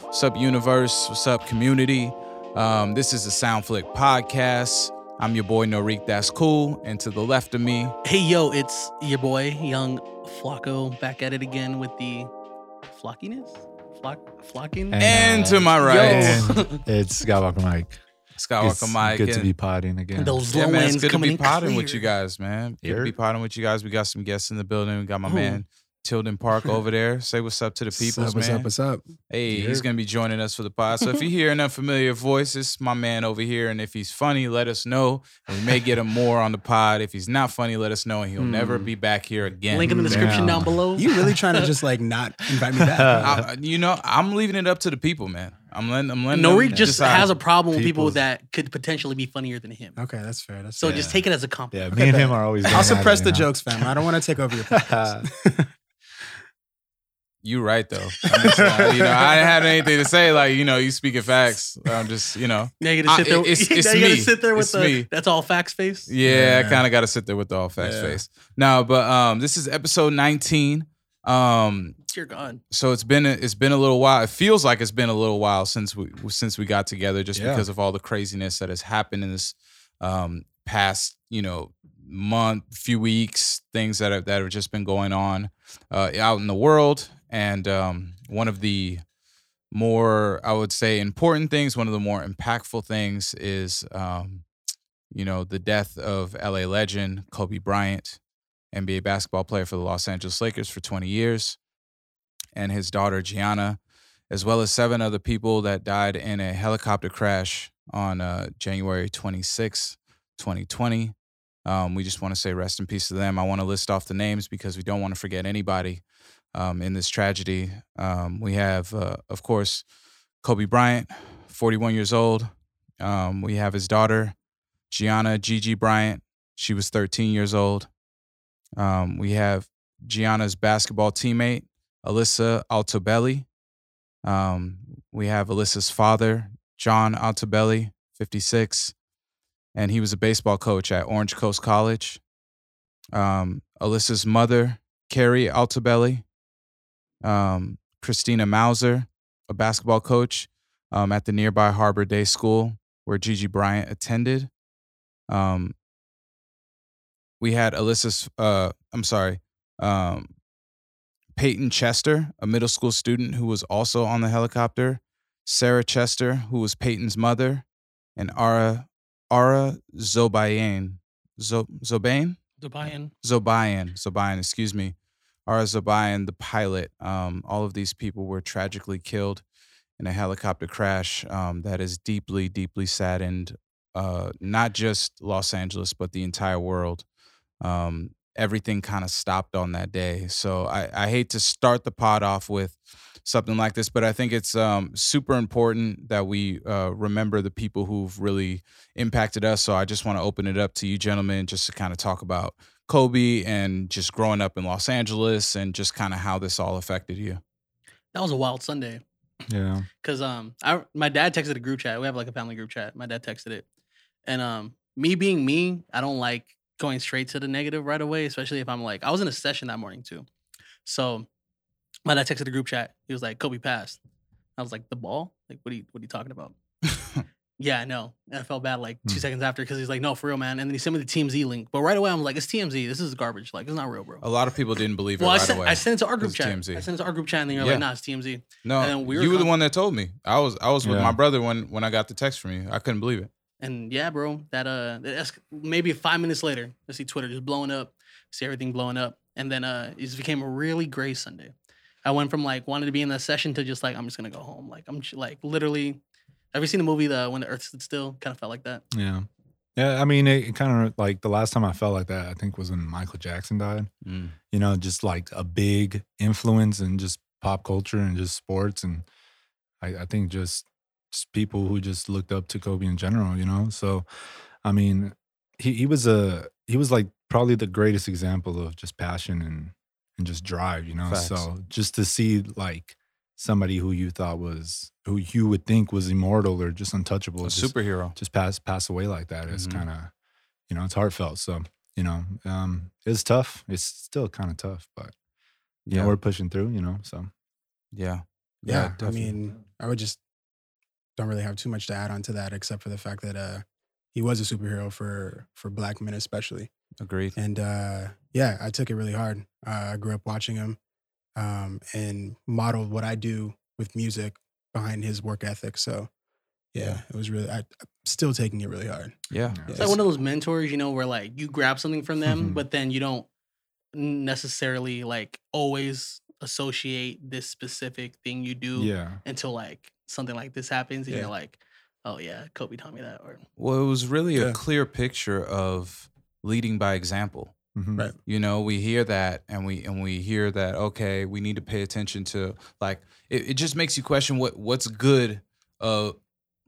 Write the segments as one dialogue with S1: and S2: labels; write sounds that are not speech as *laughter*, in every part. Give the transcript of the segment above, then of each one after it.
S1: What's up, universe? What's up, community? Um, this is the Soundflick podcast. I'm your boy Norik. That's cool. And to the left of me,
S2: Hey yo, it's your boy Young Flocko back at it again with the flockiness, flock flocking.
S3: And-
S1: and to my
S2: Yo.
S1: right,
S2: *laughs*
S3: It's Skywalker Mike. It's
S1: Skywalker Mike.
S3: Good to
S1: and-
S3: be potting again.
S2: Those
S1: yeah,
S2: low
S1: man, it's
S2: ends
S1: good to
S2: coming
S1: be
S2: in
S1: potting with
S2: clear.
S1: you guys, man. Good to be
S3: Here.
S1: potting with you guys. We got some guests in the building. We got my
S2: Who?
S1: man Tilden Park over there. Say what's up to the people,
S4: What's up,
S1: man.
S4: what's up? What's up?
S1: Hey,
S4: Here.
S1: he's gonna be joining us for the pod. So if you hear an unfamiliar voice, it's my man over here. And if he's funny, let us know. And we may get him more on the pod. If he's not funny, let us know, and he'll never
S2: Hmm.
S1: be back here again.
S2: Link in the description
S3: Damn.
S2: down below.
S4: *laughs* You
S2: *laughs*
S4: really trying to just like not invite me
S1: *laughs*
S4: back?
S1: I, you know, I'm leaving it up to the people, man. I'm letting. I'm letting. them
S2: Norik just
S1: decide.
S2: has a problem with people
S3: People's-
S2: that could potentially be funnier than him.
S4: Okay, that's fair. That's
S2: So
S4: fair.
S2: just take it as a compliment.
S3: Yeah, me and
S4: that.
S3: him are always. going
S4: I'll suppress
S3: at
S4: the
S3: it, you know?
S4: jokes, fam. I don't want to take *laughs* over your podcast.
S1: You right though. I'm just, uh, you know, I didn't have anything to say. Like you know, you speaking facts. I'm just you know.
S2: Now you
S1: I-
S2: gotta sit there.
S1: Uh, it- it's- it's
S2: *laughs* now you gotta
S1: me.
S2: sit there with
S1: It's
S2: the
S1: me.
S2: that's all facts face.
S1: Yeah, I
S4: Yeah.
S1: kind of got to sit there with the all facts
S4: Yeah.
S1: face. No, but um, this is episode 19. Um,
S2: Dear God,
S1: so it's been a, it's been a little while. It feels like it's been a little while since we since we got together, just
S4: Yeah.
S1: because of all the craziness that has happened in this um, past you know month, few weeks, things that have, that have just been going on uh, out in the world, and um, one of the more I would say important things, one of the more impactful things is um, you know the death of LA legend Kobe Bryant, NBA basketball player for the Los Angeles Lakers for 20 years and his daughter Gianna, as well as seven other people that died in a helicopter crash on uh, January 26, 2020. Um, we just want to say rest in peace to them. I want to list off the names because we don't want to forget anybody um, in this tragedy. Um, we have, uh, of course, Kobe Bryant, 41 years old. Um, we have his daughter, Gianna Gigi Bryant. She was 13 years old. Um, we have Gianna's basketball teammate, Alyssa Altobelli. Um, we have Alyssa's father, John Altobelli, 56, and he was a baseball coach at Orange Coast College. Um, Alyssa's mother, Carrie Altobelli, um, Christina Mauser, a basketball coach um, at the nearby Harbor Day School where Gigi Bryant attended. Um, we had Alyssa's, uh, I'm sorry, um, Peyton Chester, a middle school student who was also on the helicopter, Sarah Chester, who was Peyton's mother, and Ara Ara Zobayan. Zo, Zobain?
S2: Dubayan.
S1: Zobayan. Zobayan, excuse me. Ara Zobayan, the pilot. Um, all of these people were tragically killed in a helicopter crash um, that has deeply, deeply saddened uh, not just Los Angeles, but the entire world. Um, everything kind of stopped on that day. So I, I hate to start the pod off with something like this, but I think it's um, super important that we uh, remember the people who've really impacted us. So I just want to open it up to you, gentlemen, just to kind of talk about Kobe and just growing up in Los Angeles and just kind of how this all affected you.
S2: That was a wild Sunday.
S3: *laughs* Yeah.
S2: Cause um, I my dad texted a group chat. We have like a family group chat. My dad texted it, and um, me being me, I don't like going straight to the negative right away, especially if I'm like I was in a session that morning too. So, my dad texted a group chat. He was like, "Kobe passed." I was like, "The ball? Like, what are you what are you
S1: *laughs*
S2: talking about?" yeah, I know. And I felt bad like two
S3: Hmm.
S2: seconds after because he's like, "No, for real, man." And then he sent me the TMZ link, but right away I'm like, "It's TMZ. This is garbage. Like, it's not real, bro."
S1: A lot of people didn't believe it
S2: Well, I
S1: right
S2: sent,
S1: away.
S2: I sent it to our group
S1: It's
S2: chat.
S1: TMZ.
S2: I sent it to our group chat, and then you're
S1: Yeah.
S2: like, "Nah, it's TMZ." and
S1: no,
S2: then we were
S1: you were the
S2: con-
S1: one that told me. I was I was with
S3: Yeah.
S1: my brother when when I got the text from you. I couldn't believe it.
S2: And yeah, bro, that uh, that's maybe five minutes later, I see Twitter just blowing up, see everything blowing up, and then uh, it just became a really gray Sunday. I went from like wanting to be in that session to just like I'm just gonna go home. Like I'm just, like literally, have you seen the movie the When the Earth Stood Still? Kind of felt like that.
S3: Yeah. Yeah. I mean, it, kind of like the last time I felt like that, I think was when Michael Jackson died. You know, just like a big influence and in just pop culture and just sports and I, I think just just people who just looked up to Kobe in general, you know. So, I mean, he he was a he was like probably the greatest example of just passion and and just drive, you know.
S1: Facts.
S3: So just to see like somebody who you thought was who you would think was immortal or just untouchable,
S1: A
S3: just,
S1: superhero.
S3: just pass pass away like that is
S1: Mhm.
S3: kind of you know it's heartfelt. So you know, um, it's tough. It's still kind of tough, but you know
S1: Yeah.
S3: we're pushing through. You know, so
S1: Yeah.
S3: Yeah,
S4: I
S3: definitely.
S4: mean, I would just don't really have too much to add on to that, except for the fact that uh, he was a superhero for for black men, especially.
S1: Agreed.
S4: And uh, yeah, I took it really hard. Uh, I grew up watching him um, and modeled what I do with music behind his work ethic. So yeah, it was really, I, I'm still taking it really hard.
S1: Yeah.
S3: Yeah.
S2: It's like one of those mentors, you know, where like you grab something from them, but then you don't necessarily like always associate this specific thing you do
S3: yeah.
S2: until like something like this happens and
S4: Yeah.
S2: you're like, oh yeah, Kobe taught me that. Or
S1: Well, it was really a
S4: Yeah.
S1: clear picture of leading by example.
S3: Mhm.
S4: Right.
S1: You know, we hear that and we and we hear that okay, we need to pay attention to like it, it just makes you question what what's good uh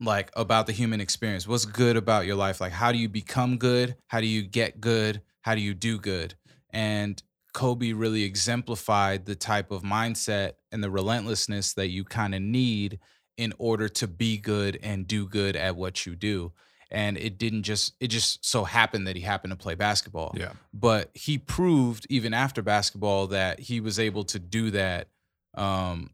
S1: like about the human experience. What's good about your life? Like how do you become good? How do you get good? How do you do good? And Kobe really exemplified the type of mindset and the relentlessness that you kind of need in order to be good and do good at what you do. And it didn't just it just so happened that he happened to play basketball
S3: Yeah.
S1: but he proved even after basketball that he was able to do that um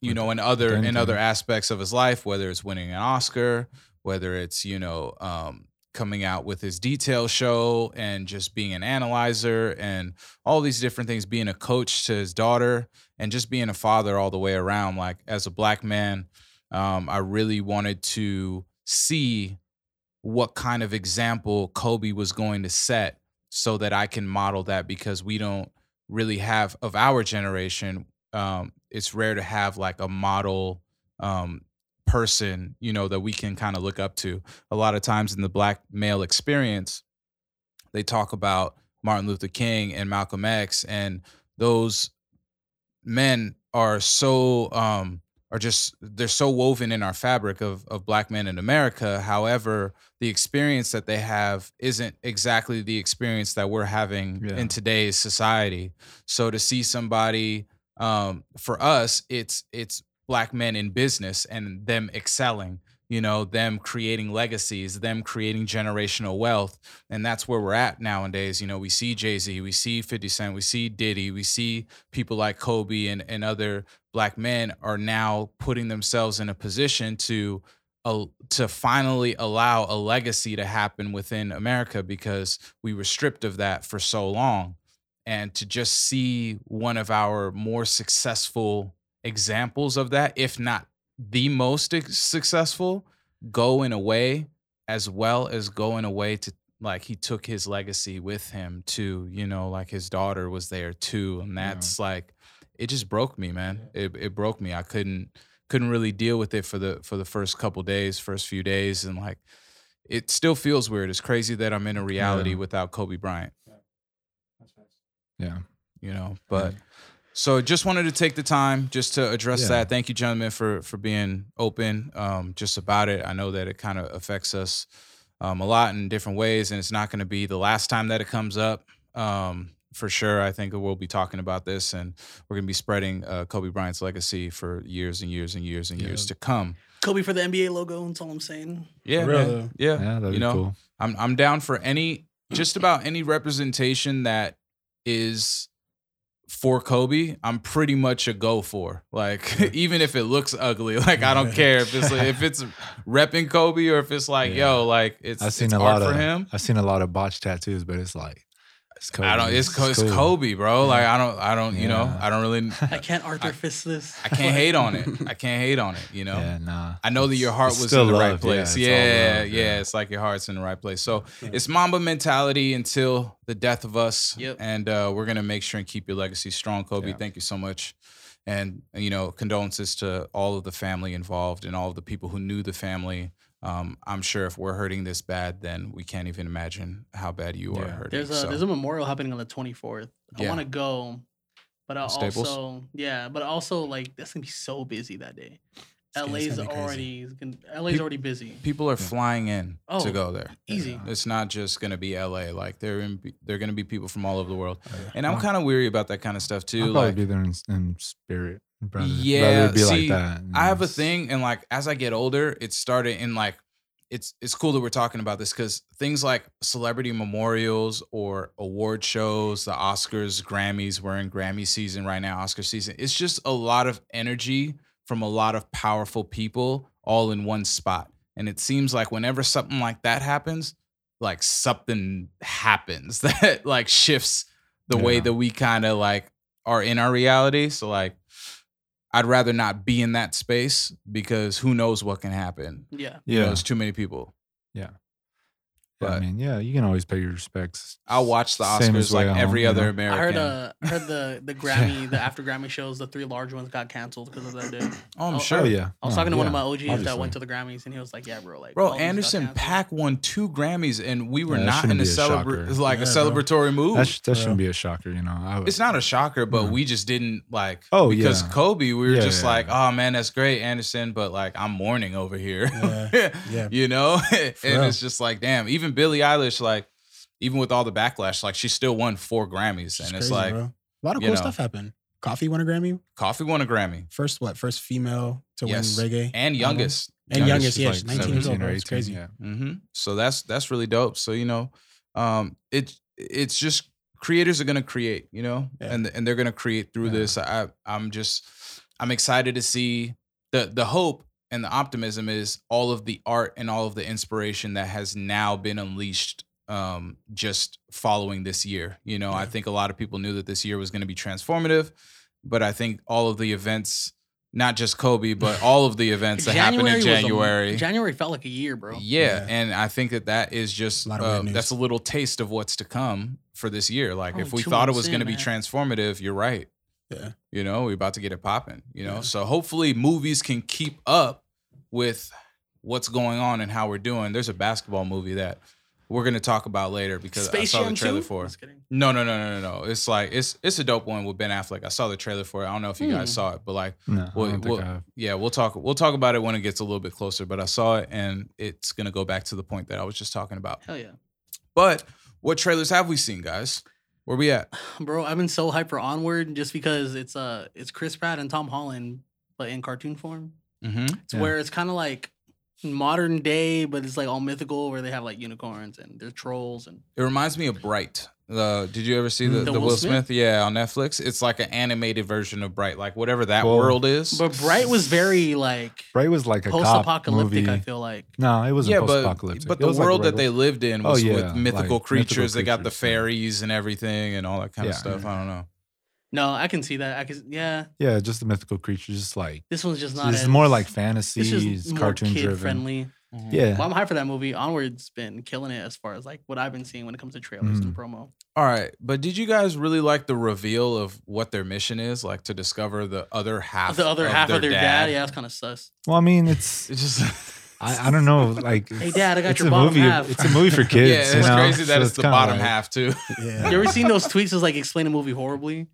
S1: you
S3: With-
S1: know in other in
S3: anything.
S1: other aspects of his life whether it's winning an oscar whether it's you know um coming out with his detail show and just being an analyzer and all these different things being a coach to his daughter and just being a father all the way around like as a black man um, i really wanted to see what kind of example kobe was going to set so that I can model that because we don't really have of our generation. Um, it's rare to have like a model um, person, you know, that we can kind of look up to. A lot of times in the black male experience, they talk about Martin Luther King and Malcolm X, and those men are so um, are just they're so woven in our fabric of of black men in America. However, the experience that they have isn't exactly the experience that we're having
S3: Yeah.
S1: in today's society. So to see somebody um, for us, it's it's black men in business and them excelling, you know, them creating legacies, them creating generational wealth, and that's where we're at nowadays. You know, we see Jay Z, we see Fifty Cent, we see Diddy, we see people like Kobe and and other black men are now putting themselves in a position to a, to finally allow a legacy to happen within America because we were stripped of that for so long. And to just see one of our more successful examples of that, if not the most ex- successful, go in a way as well as go in a way to like he took his legacy with him too, you know, like his daughter was there too. And
S3: Yeah.
S1: that's like it just broke me, man. It it broke me. I couldn't couldn't really deal with it for the for the first couple days, first few days, and like it still feels weird. It's crazy that I'm in a reality
S3: Yeah.
S1: without Kobe Bryant,
S3: Yeah.
S1: you know. But so just wanted to take the time just to address
S3: Yeah.
S1: that. Thank you, gentlemen, for for being open um, just about it. I know that it kind of affects us um, a lot in different ways, and it's not going to be the last time that it comes up. Um, for sure, I think we'll be talking about this, and we're going to be spreading uh, Kobe Bryant's legacy for years and years and years and
S3: Yeah.
S1: years to come.
S2: Kobe for the NBA logo. That's all
S1: *laughs*
S2: I'm saying.
S1: Yeah,
S4: For real,
S1: man.
S4: though.
S1: yeah.
S3: Yeah, that'd
S1: You
S3: be
S1: know,
S3: cool.
S1: I'm I'm down for any just about any representation that is for Kobe. I'm pretty much a go for. Like *laughs* even if it looks ugly, *laughs* like I
S3: *laughs*
S1: don't care if it's like, if it's repping Kobe or if it's like
S3: Yeah.
S1: yo, like it's
S3: I've seen
S1: it's
S3: a
S1: art
S3: lot
S1: for
S3: of
S1: him.
S3: I've seen a lot of botched tattoos, but it's like it's Kobe.
S1: I don't. It's, Co- it's
S3: cool.
S1: Kobe, bro. Like I don't. I don't. You know.
S3: Yeah.
S1: I don't really.
S2: I can't Arthur fist this.
S1: I
S2: *laughs*
S1: can't hate on *laughs*
S3: *laughs*
S1: it. I can't hate on it. You know.
S3: Yeah, nah.
S1: I know that your
S3: It's-
S1: heart
S3: it's
S1: was
S3: still
S1: in the right
S3: love.
S1: place. Yeah,
S3: it's all
S1: yeah,
S3: love,
S1: It's like your heart's in the right place.
S2: *laughs*
S1: So it's Mamba mentality until the death of us.
S2: Yep.
S1: And uh, we're gonna make sure and keep your legacy strong, Kobe.
S3: Yeah.
S1: Thank you so much. And you know, condolences to all of the family involved and all of the people who knew the family. Um, I'm sure if we're hurting this bad, then we can't even imagine how bad you are
S3: Yeah.
S1: hurting.
S2: There's a
S1: so.
S2: there's a memorial happening on the 24th. I
S1: Yeah.
S2: want to go, but I
S1: Staples?
S2: also yeah, but also like that's gonna be so busy that day.
S4: gonna- it's
S2: LA's
S4: gonna be crazy.
S2: already is gonna- LA's
S1: Peop-
S2: already busy.
S1: people are flying in
S2: Oh,
S1: to go there.
S2: easy.
S1: It's not just gonna be LA. Like they're in, they're gonna be people from all over the world.
S4: yeah.
S1: And I'm kind of weary about that kind of stuff too.
S3: I'll probably
S1: like
S3: be there in, in spirit. Rather,
S1: Yeah,
S3: rather be
S1: see,
S3: like that. you
S1: I
S3: know,
S1: have a
S3: it's-
S1: thing, and like as I get older, it started in like it's it's cool that we're talking about this because things like celebrity memorials or award shows, the Oscars, Grammys, we're in Grammy season right now, Oscar season. It's just a lot of energy from a lot of powerful people all in one spot. And it seems like whenever something like that happens, like something happens *laughs* that like shifts the way
S3: Yeah.
S1: that we kind of like are in our reality. So like I'd rather not be in that space because who knows what can happen.
S2: Yeah.
S1: You know, there's too many people.
S3: I
S1: but-
S3: mean, yeah, you can always pay your respects.
S1: I'll watch the
S3: Same as
S1: Oscars
S3: the way
S1: like
S3: I am,
S1: every
S3: you
S1: other
S3: know?
S1: American.
S2: I heard uh I heard the
S1: *laughs*
S2: the Grammy the after Grammy shows the three large ones got canceled because of that dude.
S1: oh, I'm
S2: oh,
S1: sure.
S3: Oh yeah,
S2: I was
S3: No,
S2: talking to one of
S3: yeah.
S2: my OGs that
S3: obviously.
S2: went to the Grammys and he was like, "Yeah, bro, like
S1: Bro,
S2: all these got
S1: Anderson
S2: canceled."
S1: Pack won two Grammys, and we were
S3: Yeah, that
S1: not in
S3: shouldn't
S1: a
S3: be a
S1: celebra-
S3: shocker.
S1: like a
S4: Yeah, bro.
S1: celebratory mood.
S3: That, sh- that
S4: Ooh.
S3: shouldn't be a shocker, you know. I would,
S1: it's not a shocker, but
S3: No.
S1: we just didn't like.
S3: Oh,
S1: because
S3: yeah.
S1: Kobe, we were
S3: Yeah,
S1: just
S3: yeah,
S1: like,
S3: yeah.
S1: oh man, that's great, Anderson, but like I'm mourning over here. *laughs*
S4: yeah.
S1: you know, *laughs* and
S4: real.
S1: it's just like, damn. Even Billie Eilish, like, even with all the backlash, like she still won four Grammys, and it's
S4: crazy,
S1: like,
S4: bro. a lot of
S1: you
S4: cool
S1: know.
S4: stuff happened. Coffee won a Grammy.
S1: Coffee won a Grammy
S4: First, what? First female to
S1: Yes.
S4: win reggae
S1: and youngest,
S4: and youngest.
S3: Youngest
S4: Yeah,
S3: is
S4: she's
S3: like
S4: 19 years old.
S3: 17 or
S4: bro. It's
S3: 18,
S4: crazy.
S3: Yeah.
S1: hmm So that's that's really dope. So you know, um, it it's just creators are gonna create, you know,
S4: Yeah.
S1: and and they're gonna create through
S3: Yeah.
S1: this. I I'm just I'm excited to see the the hope and the optimism is all of the art and all of the inspiration that has now been unleashed um just following this year you know i
S4: Yeah.
S1: think a lot of people knew that this year was going to be transformative but i think all of the events not just kobe but all of the events that happened in
S2: was a-
S1: january
S2: January felt like a year, bro.
S1: yeah,
S4: Yeah.
S1: and I think that that is just
S4: A lot of
S1: uh,
S4: weird news.
S1: that's a little taste of what's to come for this year. Like
S2: Only
S1: if we
S2: Oh, two
S1: thought it
S2: months
S1: was going to
S2: in,
S1: be
S2: man.
S1: transformative, you're right.
S4: Yeah.
S1: You know, we're about to get it popping, you know.
S4: Yeah.
S1: So hopefully movies can keep up with what's going on and how we're doing. There's a basketball movie that we're going to talk about later because
S2: Space
S1: I saw
S2: Jam
S1: the trailer
S2: 2?
S1: for.
S2: Just kidding.
S1: No, no, no, no, no, no. It's like it's it's a dope one with Ben Affleck. I saw the trailer for it. I don't know if you guys
S2: Hmm.
S1: saw it, but like
S3: No,
S1: Well,
S3: I don't
S1: well-
S3: think I have.
S1: yeah, we'll talk. We'll talk about it when it gets a little bit closer. But I saw it, and it's gonna go back to the point that I was just talking about.
S2: Hell yeah.
S1: But what trailers have we seen, guys? Where we at?
S2: *sighs* Bro, I've been so hyped for Onward just because it's uh it's Chris Pratt and Tom Holland, but in cartoon form.
S1: Mm-hmm.
S2: It's
S3: Yeah.
S2: where it's kind of like modern day, but it's like all mythical, where they have like unicorns and they're trolls and
S1: It reminds me of Bright. The did you ever see the,
S3: Mm.
S1: the, Will, Smith? Yeah, on Netflix. It's like an animated version of Bright, like whatever that
S3: Well-
S1: world is.
S2: but Bright was very like
S3: Bray was like a
S2: post
S3: cop
S2: apocalyptic,
S3: movie.
S2: I feel like.
S3: No, it wasn't
S1: yeah, but
S3: post-apocalyptic.
S1: but
S3: It
S1: the
S3: was like
S1: world that they
S3: regular-
S1: lived in
S3: Oh,
S1: was
S3: yeah,
S1: with
S3: like
S1: mythical
S3: mythical
S1: creatures. They got the
S3: creatures, yeah.
S1: fairies and everything and all that kind of
S3: Yeah.
S1: stuff. I don't know.
S2: No, I can see that. I can yeah.
S3: yeah, just the mythical creatures, just like
S2: This one's just not
S3: it's
S2: as,
S3: more like
S2: it's just
S3: fantasy, it's
S2: more
S3: cartoon
S2: kid
S3: driven.
S2: friendly.
S3: Yeah,
S2: Well, I'm hyped for that movie. Onward's been killing it as far as like what I've been seeing when it comes to trailers
S3: Mm.
S2: and promo.
S1: All right, but did you guys really like the reveal of what their mission is, like to discover the other half,
S2: the other
S1: of
S2: half
S1: their
S2: of their dad, yeah, it's kind of sus.
S3: well, I mean, it's
S1: *laughs* It's just
S3: I, I don't know, like
S2: Hey,
S3: it's-
S2: Dad, I got
S3: it's
S2: your
S3: a
S2: bottom
S3: movie.
S2: half.
S3: It's a
S2: *laughs*
S3: movie for kids.
S1: yeah, it's
S3: you know?
S1: crazy that
S3: So
S1: it's, the
S3: kinda
S1: bottom
S3: like-
S1: half too.
S4: Yeah.
S2: You ever seen those tweets that's like explain a movie horribly?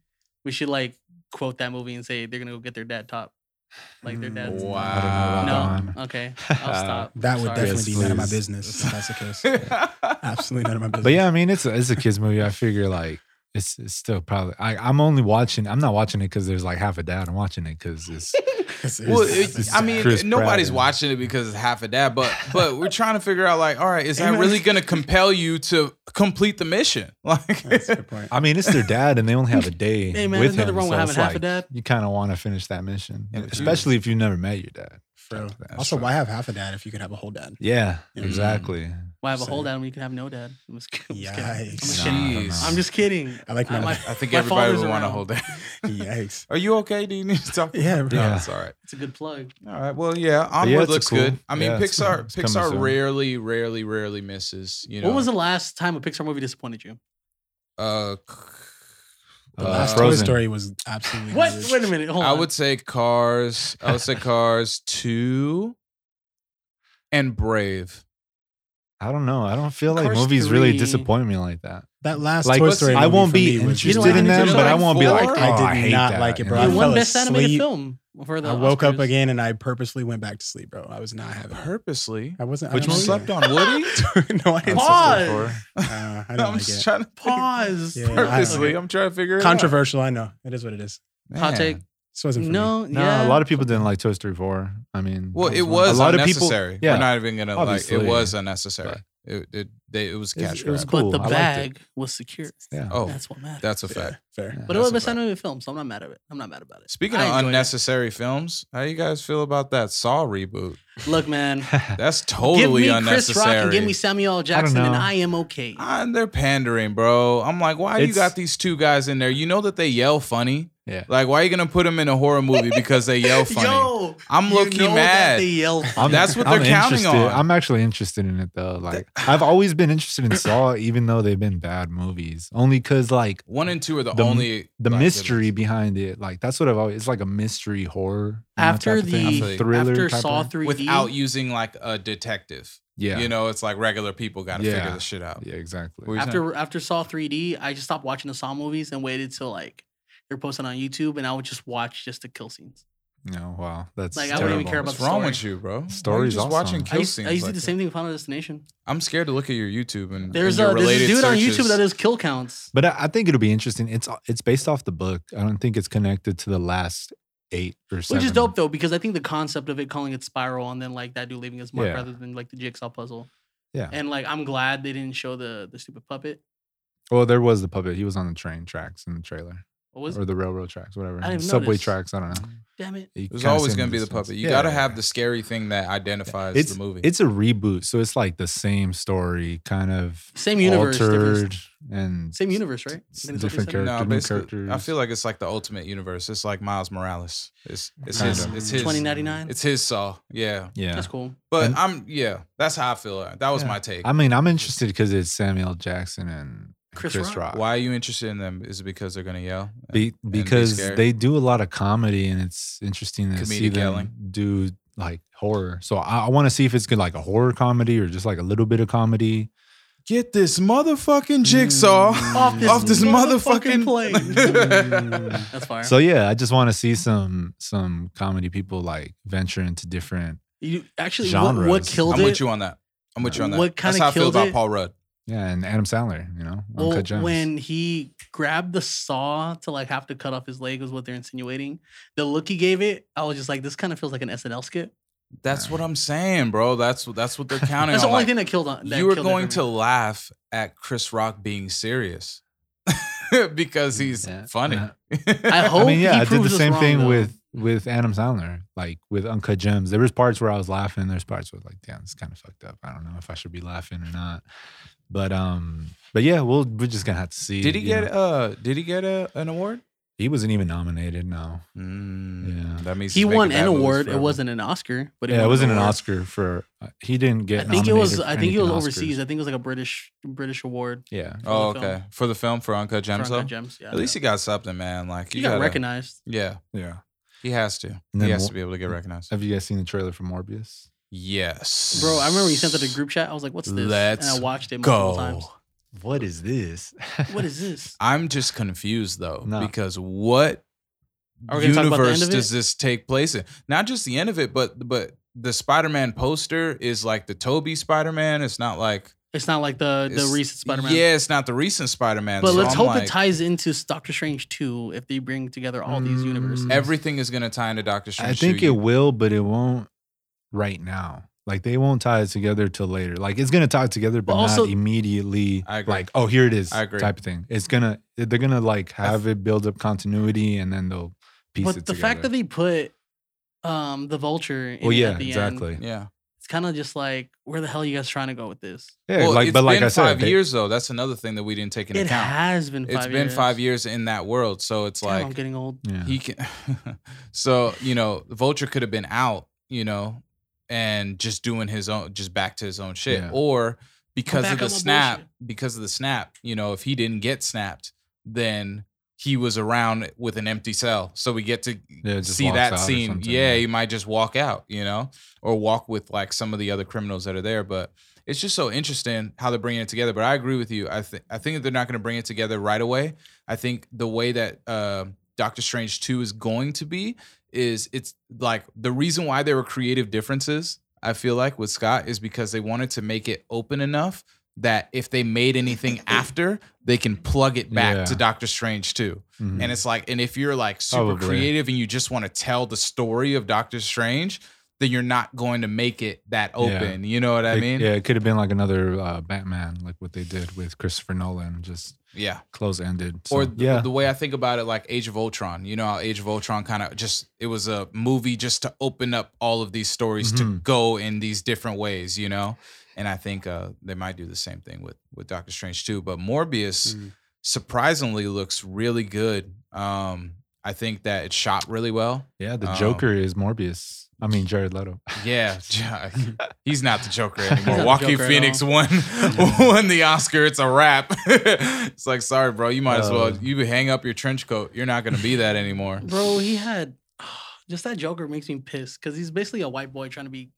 S2: We should like quote that movie and say they're gonna go get their dad top. Like their dad's
S3: I
S1: Wow.
S3: don't know about
S2: No. Okay. I'll stop.
S4: That would
S2: Sorry.
S4: definitely
S3: Yes,
S4: be none of my
S3: please.
S4: business if that's the case. Absolutely none of my business.
S3: But yeah, I mean, it's a, it's a kids movie. I figure like it's it's still probably. I, I'm only watching. I'm not watching it because there's like half a dad. I'm watching it because it's
S4: *laughs*
S1: *laughs*
S4: It's-
S1: Well,
S4: it's-
S1: it-
S4: it's-
S1: I mean,
S3: Chris Pratt
S1: nobody's
S3: and-
S1: watching it because it's half of that, but but we're trying to figure out like, all right, is that
S4: Amen.
S1: really going to compel you to complete the mission? *laughs* Like,
S4: *laughs* that's a
S3: *laughs*
S4: good point.
S3: I mean, it's their dad, and they only have a day
S2: Hey, man,
S3: with
S2: there's nothing
S3: him.
S2: wrong with
S3: so
S2: having
S3: it's
S2: half a
S3: like,
S2: dad.
S3: You kind of want to finish that mission,
S1: Yeah,
S3: and
S1: but you-
S3: especially if you never met your dad.
S4: True.
S3: That's
S4: Also,
S3: right.
S4: why have half a dad if you could have a whole dad?
S3: Yeah,
S4: Mhm.
S3: exactly.
S2: Why have a whole
S4: Same.
S2: dad when you can have no dad? I'm just, kid- I'm just kidding. I'm
S4: Yikes.
S2: just kidding.
S1: Jeez.
S2: I'm just kidding.
S4: I like my-
S1: I think everybody would want to hold that.
S4: *laughs* Yikes.
S1: *laughs* Are you okay? Do you need to talk?
S4: *laughs* Yeah, bro.
S1: No,
S3: Yeah.
S1: it's all right.
S2: It's a good plug.
S1: All right. Well, yeah, Onward
S3: yeah, it's a
S1: looks
S3: cool-
S1: good. I mean,
S3: yeah, it's-
S1: Pixar
S3: it's coming
S1: Pixar
S3: soon.
S1: rarely, rarely, rarely misses. You know,
S2: What was the last time a Pixar movie disappointed you?
S1: Uh,
S4: The
S1: Uh,
S4: last Toy
S3: Frozen.
S4: Story was absolutely
S2: What?
S4: garbage.
S2: Wait a minute. Hold
S1: I
S2: on.
S1: would say Cars. I would say
S3: *laughs*
S1: Cars two, and Brave.
S3: I don't know. I don't feel like
S2: Cars
S3: movies really
S2: three-
S3: disappoint me like that.
S4: That last
S3: Like,
S4: Toy
S1: let's
S4: Story,
S1: see,
S3: I
S4: movie
S3: won't
S4: for
S3: be
S4: me was just-
S3: interested
S2: You don't
S3: in
S2: like
S3: them,
S2: it?
S3: but I won't be
S1: Four?
S3: like, oh,
S1: I
S3: I,
S4: did
S3: hate
S4: not
S3: that,
S4: like it,
S3: you
S4: bro.
S3: know?
S2: It
S4: I
S2: won
S4: fell
S2: best animated
S4: asleep.
S2: film for the
S4: I woke up
S2: Oscars.
S4: again and I purposely went back to sleep, bro. I was not having it.
S1: Purposely,
S4: I wasn't.
S1: but
S4: I
S1: you
S4: don't
S1: slept
S4: like
S1: on Woody.
S4: it. *laughs* no, I didn't.
S2: Pause.
S4: Sleep.
S2: Pause.
S4: Uh,
S1: *laughs*
S4: I don't
S1: I'm
S4: like
S1: just
S4: it.
S1: trying to think.
S3: *laughs*
S2: Pause.
S4: Yeah, I don't
S1: Purposely,
S4: like it.
S1: I'm trying to figure it out.
S4: Controversial, I know. It is what it is.
S1: Man,
S2: Hot take.
S4: This wasn't for me.
S2: No,
S3: No,
S2: yeah.
S3: a lot of people didn't like Toy Story 4. I mean,
S1: Well,
S3: that
S1: it
S3: one-
S1: was
S3: a lot
S1: unnecessary.
S3: of people. Yeah,
S1: We're not even gonna like.
S3: Obviously.
S1: It was unnecessary. It it, they, it was
S3: It was-
S1: cash
S3: it was
S1: grab.
S3: cool.
S2: But the
S3: I liked it.
S2: bag was secure.
S3: yeah.
S1: Oh,
S2: That's what matters.
S1: that's a
S4: Yeah,
S1: fact.
S4: fair.
S3: Yeah.
S2: but
S1: that's
S2: it was
S1: a
S2: best
S1: fact.
S2: animated film, so I'm not mad at it. I'm not mad about it.
S1: Speaking
S2: I
S1: of
S2: enjoyed it.
S1: unnecessary films, how you guys feel about that Saw reboot? *laughs*
S2: Look, man,
S1: That's totally
S2: give me Chris
S1: unnecessary.
S2: Rock and give me Samuel L. Jackson, and
S3: know.
S2: I
S1: *laughs*
S2: am okay.
S1: Ah, they're pandering, bro. I'm like, why you
S3: It's-
S1: got these two guys in there? You know that they yell funny.
S3: Yeah.
S1: Like, why you gonna put them in a horror movie because they
S2: *laughs*
S1: yell funny?
S2: Yo,
S1: I'm
S2: you
S1: low-key
S2: know that
S1: mad.
S2: They yell.
S3: *laughs* I'm-
S1: That's what they're counting
S3: interested-
S1: on.
S3: I'm actually interested in it though. Like I've always been interested in Saw, even though they've been bad movies. Only because like
S1: One and two are the,
S3: The-
S1: only
S3: the
S1: like,
S3: mystery behind it, like that's what I've always. It's like a mystery horror you know,
S2: after
S3: type of thing,
S1: Absolutely.
S2: the
S3: thriller
S2: after
S3: type
S2: Saw
S3: of,
S2: 3D,
S1: without using like a detective.
S3: yeah,
S1: You know, it's like regular people got to figure
S3: Yeah.
S1: this shit out.
S3: yeah,
S1: What were
S3: exactly.
S1: you saying?
S2: after after Saw 3D, I just stopped watching the Saw movies and waited till like they're posted on YouTube, and I would just watch just the kill scenes.
S3: No, wow, that's
S2: Like, I
S3: terrible.
S2: wouldn't even care about
S1: What's
S2: the
S1: wrong
S2: story.
S1: with you, bro? Why you
S3: Story's
S1: just
S3: awesome.
S1: watching
S2: I
S1: kill
S2: used,
S1: scenes.
S2: I used to
S1: like
S2: do the
S1: that?
S2: same thing with Final Destination.
S1: I'm scared to look at your YouTube and
S2: There's
S1: and your
S2: a there's a
S1: related
S2: dude on YouTube
S1: searches.
S2: that does kill counts.
S3: But I, I think it'll be interesting. It's it's based off the book. I don't think it's connected to the last eight or seven.
S2: Which is dope though, because I think the concept of it calling it spiral and then like that dude leaving his mark
S3: Yeah.
S2: rather than like the jigsaw puzzle.
S3: Yeah.
S2: And like I'm glad they didn't show the the stupid puppet.
S3: Well, there was the puppet. He was on the train tracks in the trailer,
S2: What was
S3: or
S2: it?
S3: the railroad tracks, whatever.
S2: I didn't
S3: Subway
S2: notice.
S3: tracks. I don't know.
S2: Damn it.
S3: You
S1: There's
S3: kinda
S1: always
S3: see him in
S1: gonna be the
S3: distance.
S1: puppet. You
S3: Yeah,
S1: gotta
S3: yeah,
S1: have
S3: yeah.
S1: the scary thing that identifies
S3: It's-
S1: the movie.
S3: It's a reboot, so it's like the same story, kind of
S2: Same universe. different-
S3: altered and
S2: Same universe, right?
S3: s-
S2: Then it's
S3: different
S2: different-
S3: character,
S1: no,
S3: new
S1: basically, I
S3: characters.
S1: feel like it's like the ultimate universe. It's like Miles Morales. It's it's
S3: Kind
S1: his
S3: of.
S1: it's his
S2: 2099.
S1: it's his saw. Yeah,
S3: yeah.
S2: That's cool.
S1: but
S3: And-
S1: I'm yeah. That's how I feel. That was
S3: Yeah.
S1: my take.
S3: I mean, I'm interested because it's Samuel L. Jackson and
S2: Chris
S3: Chris,
S2: Rock.
S3: Rock.
S1: Why are you interested in them? Is it because they're gonna yell?
S3: Be,
S1: be
S3: because
S1: scared.
S3: they do a lot of comedy, and it's interesting to see
S1: Comedic
S3: them
S1: yelling.
S3: do like horror. So I, I want to see if it's good, like a horror comedy or just like a little bit of comedy.
S1: Get this motherfucking jigsaw
S3: Mm.
S2: Off
S1: *laughs*
S2: this,
S1: off this motherfucking
S2: motherfucking
S1: *laughs* plane.
S3: Mm.
S2: *laughs* That's fire.
S3: So yeah, I just want to see some some comedy people like venture into different.
S2: you actually what- what,
S3: Genres.
S2: killed
S1: I'm
S2: it?
S1: with you on that. I'm with you on that.
S2: What
S1: That's
S2: kinda
S1: how I feel
S2: killed
S1: about
S2: it?
S1: Paul Rudd.
S3: Yeah, and Adam Sandler, you know,
S2: Well,
S3: Uncut Gems.
S2: when he grabbed the saw to like have to cut off his leg was what they're insinuating. The look he gave it, I was just like, this kind of feels like an SNL skit.
S1: That's what I'm saying, bro. That's that's what they're counting
S2: *laughs* That's the
S1: on.
S2: only
S1: Like,
S2: thing that killed on. That
S1: you were
S2: killed it
S1: going
S2: for
S1: to
S2: me.
S1: laugh at Chris Rock being serious *laughs* because he's
S3: Yeah.
S1: funny. *laughs*
S3: Yeah.
S2: Mm, Uh, I hope
S3: I mean, yeah,
S2: he
S3: I did the
S2: proves us
S3: same
S2: wrong,
S3: thing
S2: though.
S3: with with Adam Sandler, like with Uncut Gems. There was parts where I was laughing. There's parts where like, damn, it's kind of fucked up. I don't know if I should be laughing or not. But um, but yeah, we'll we're just gonna have to see.
S1: Did he
S3: you
S1: get
S3: know.
S1: uh did he get a, an award?
S3: He wasn't even nominated. No.
S1: Mm,
S3: Yeah.
S1: That means
S2: He
S1: he's making
S2: won
S1: bad
S2: an
S1: movies
S2: award. It
S1: forever.
S2: wasn't an Oscar, but he
S3: Yeah,
S2: won
S3: it wasn't an
S2: award.
S3: Oscar for. uh, He didn't
S2: I
S3: get.
S2: think it was.
S3: nominated for
S2: I think it was
S3: anything
S2: overseas.
S3: Oscars.
S2: I think it was like a British British award.
S3: Yeah.
S1: Oh,
S2: for the film.
S1: okay. For the film for Uncut
S2: for
S1: Gems,
S2: Uncut
S1: though?
S2: Gems. Yeah.
S1: At least he got something, man. Like
S2: he
S1: you
S2: got
S1: gotta-
S2: recognized.
S1: Yeah,
S3: Yeah.
S1: he has to.
S3: And
S1: He
S3: then
S1: has
S3: wha-
S1: to be able to get recognized.
S3: Have you guys seen the trailer for Morbius?
S1: Yes,
S2: Bro, I remember when you sent that to group chat. I was like, "What's this?" and
S1: Let's
S2: I watched it multiple
S1: Go.
S2: times.
S3: What is this?
S2: What is
S1: *laughs*
S2: this?
S1: I'm just confused though
S3: No.
S1: because what
S2: Are we gonna talk about the
S1: universe
S2: end of
S1: does
S2: it?
S1: this take place in? Not just the end of it, but but the Spider-Man poster is like the Toby Spider-Man. It's not like
S2: It's not like the the
S1: it's-
S2: recent Spider-Man.
S1: Yeah, it's not the recent Spider-Man.
S2: But
S1: So
S2: let's
S1: I'm
S2: hope
S1: like,
S2: it ties into Doctor Strange 2 if they bring together all these universes.
S3: Mm.
S1: Everything is gonna tie into Doctor Strange.
S3: I think
S1: two. You-
S3: it will, but it won't right now. Like they won't tie it together till later. Like it's gonna tie it together, but
S2: But also-
S3: not immediately.
S1: I agree.
S3: Like oh, here it is.
S1: I agree.
S3: Type of thing. It's gonna they're gonna like
S1: I
S3: have it build up continuity, and then they'll piece
S2: But
S3: it
S2: the
S3: together.
S2: fact that they put um the vulture in
S3: well,
S2: it
S3: yeah,
S2: at the
S3: exactly.
S2: end,
S1: Yeah.
S2: it's kind of just like, where the hell are you guys trying to go with this?
S3: Yeah,
S1: well,
S3: like
S1: it's
S3: but like
S1: been
S3: I said,
S1: five
S3: they-
S1: years though. That's another thing that we didn't take into
S2: It
S1: account.
S2: has been
S1: It's
S2: five years.
S1: been five years in that world, so it's
S2: Damn,
S1: like
S2: I'm
S1: *laughs*
S2: getting old.
S3: Yeah.
S1: he can *laughs* so you know vulture could have been out you know and just doing his own just back to his own shit
S3: Yeah.
S1: or because
S2: back
S1: of the
S2: on my
S1: snap
S2: bullshit.
S1: because of the snap you know if he didn't get snapped then he was around with an empty cell so we get to
S3: Yeah, it just
S1: see
S3: walks out
S1: that
S3: or
S1: scene
S3: something,
S1: yeah
S3: yeah.
S1: he might just walk out you know or walk with like some of the other criminals that are there but it's just so interesting how they're bringing it together but i agree with you i think i think that they're not going to bring it together right away I think the way that uh, Doctor Strange 2 is going to be is it's like the reason why there were creative differences, I feel like, with Scott is because they wanted to make it open enough that if they made
S3: *laughs*
S1: anything after, they can plug it back
S3: Yeah.
S1: to Doctor Strange too.
S3: Mhm.
S1: And it's like, and if you're like super
S3: Probably.
S1: creative and you just want to tell the story of Doctor Strange, then you're not going to make it that open. You know what I
S3: It-
S1: mean?
S3: yeah, it could have been like another uh, Batman, like what they did with Christopher Nolan, just
S1: yeah.
S3: close ended.
S1: or th-
S3: th- yeah,
S1: the way I think about it, like Age of Ultron. You know how Age of Ultron kind of just it was a movie just to open up all of these stories to
S3: Mhm.
S1: go in these different ways. You know, and I think uh, they might do the same thing with with Doctor Strange too. But Morbius
S4: Mm.
S1: surprisingly looks really good. Um, I think that it shot really well.
S3: yeah, the
S1: um,
S3: Joker is Morbius. I mean Jared Leto.
S1: Yeah, *laughs* Jack. he's not the Joker anymore.
S2: the
S1: Joaquin
S2: Joker at
S1: Phoenix
S2: all.
S1: won *laughs* won the Oscar. It's a wrap. *laughs* it's like, sorry, bro. You might as well
S3: Uh,
S1: you hang up your trench coat. You're not gonna be that anymore.
S2: Bro, he had *sighs* just that Joker makes me pissed because he's basically a white boy trying to be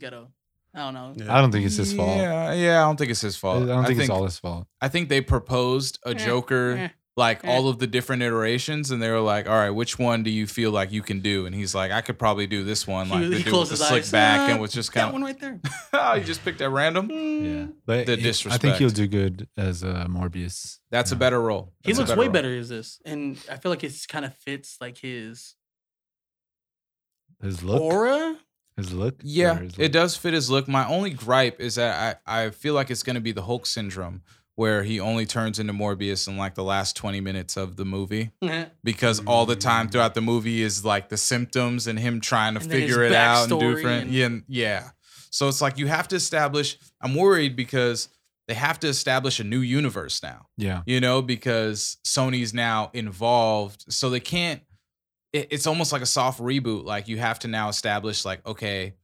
S2: ghetto. I don't know.
S4: Yeah.
S3: I don't think it's his fault.
S1: Yeah, yeah. I don't think it's his
S3: I
S1: fault.
S3: don't think, it's all his fault.
S1: I think they proposed a
S2: Eh,
S1: Joker.
S2: eh,
S1: Like
S2: eh.
S1: all of the different iterations, and they were like, "All right, which one do you feel like you can do?" And he's like, "I could probably do this one." Like
S2: He-
S1: the
S2: he
S1: dude with
S2: closed
S1: the
S2: his
S1: slick
S2: eyes.
S1: back
S2: Uh,
S1: and was just
S2: That
S1: kind
S2: one
S1: of,
S2: right there.
S1: *laughs* "Oh, you just picked at random."
S3: Yeah,
S2: Mm.
S3: but
S1: The
S3: it- I think
S1: disrespect.
S3: he'll do good as uh, Morbius.
S1: That's a
S3: Yeah.
S1: better role.
S2: He
S1: That's a
S2: looks way
S1: role.
S2: better as this, and I feel like it's kind of fits like his
S3: His look,
S2: aura. *laughs*
S3: his look.
S1: Yeah,
S3: or his
S1: it
S3: look?
S1: does fit his look. My only gripe is that I, I feel like it's going to be the Hulk syndrome where he only turns into Morbius in like the last 20 minutes of the movie
S2: and
S1: because all the time throughout the movie is like the symptoms and him trying to
S2: And then his
S1: figure it out and do
S2: backstory
S1: different.
S2: and-
S1: Yeah, and- yeah. So it's like you have to establish. I'm worried because they have to establish a new universe now
S3: Yeah,
S1: you know, because Sony's now involved. So they can't, it- it's almost like a soft reboot. Like you have to now establish, like, okay,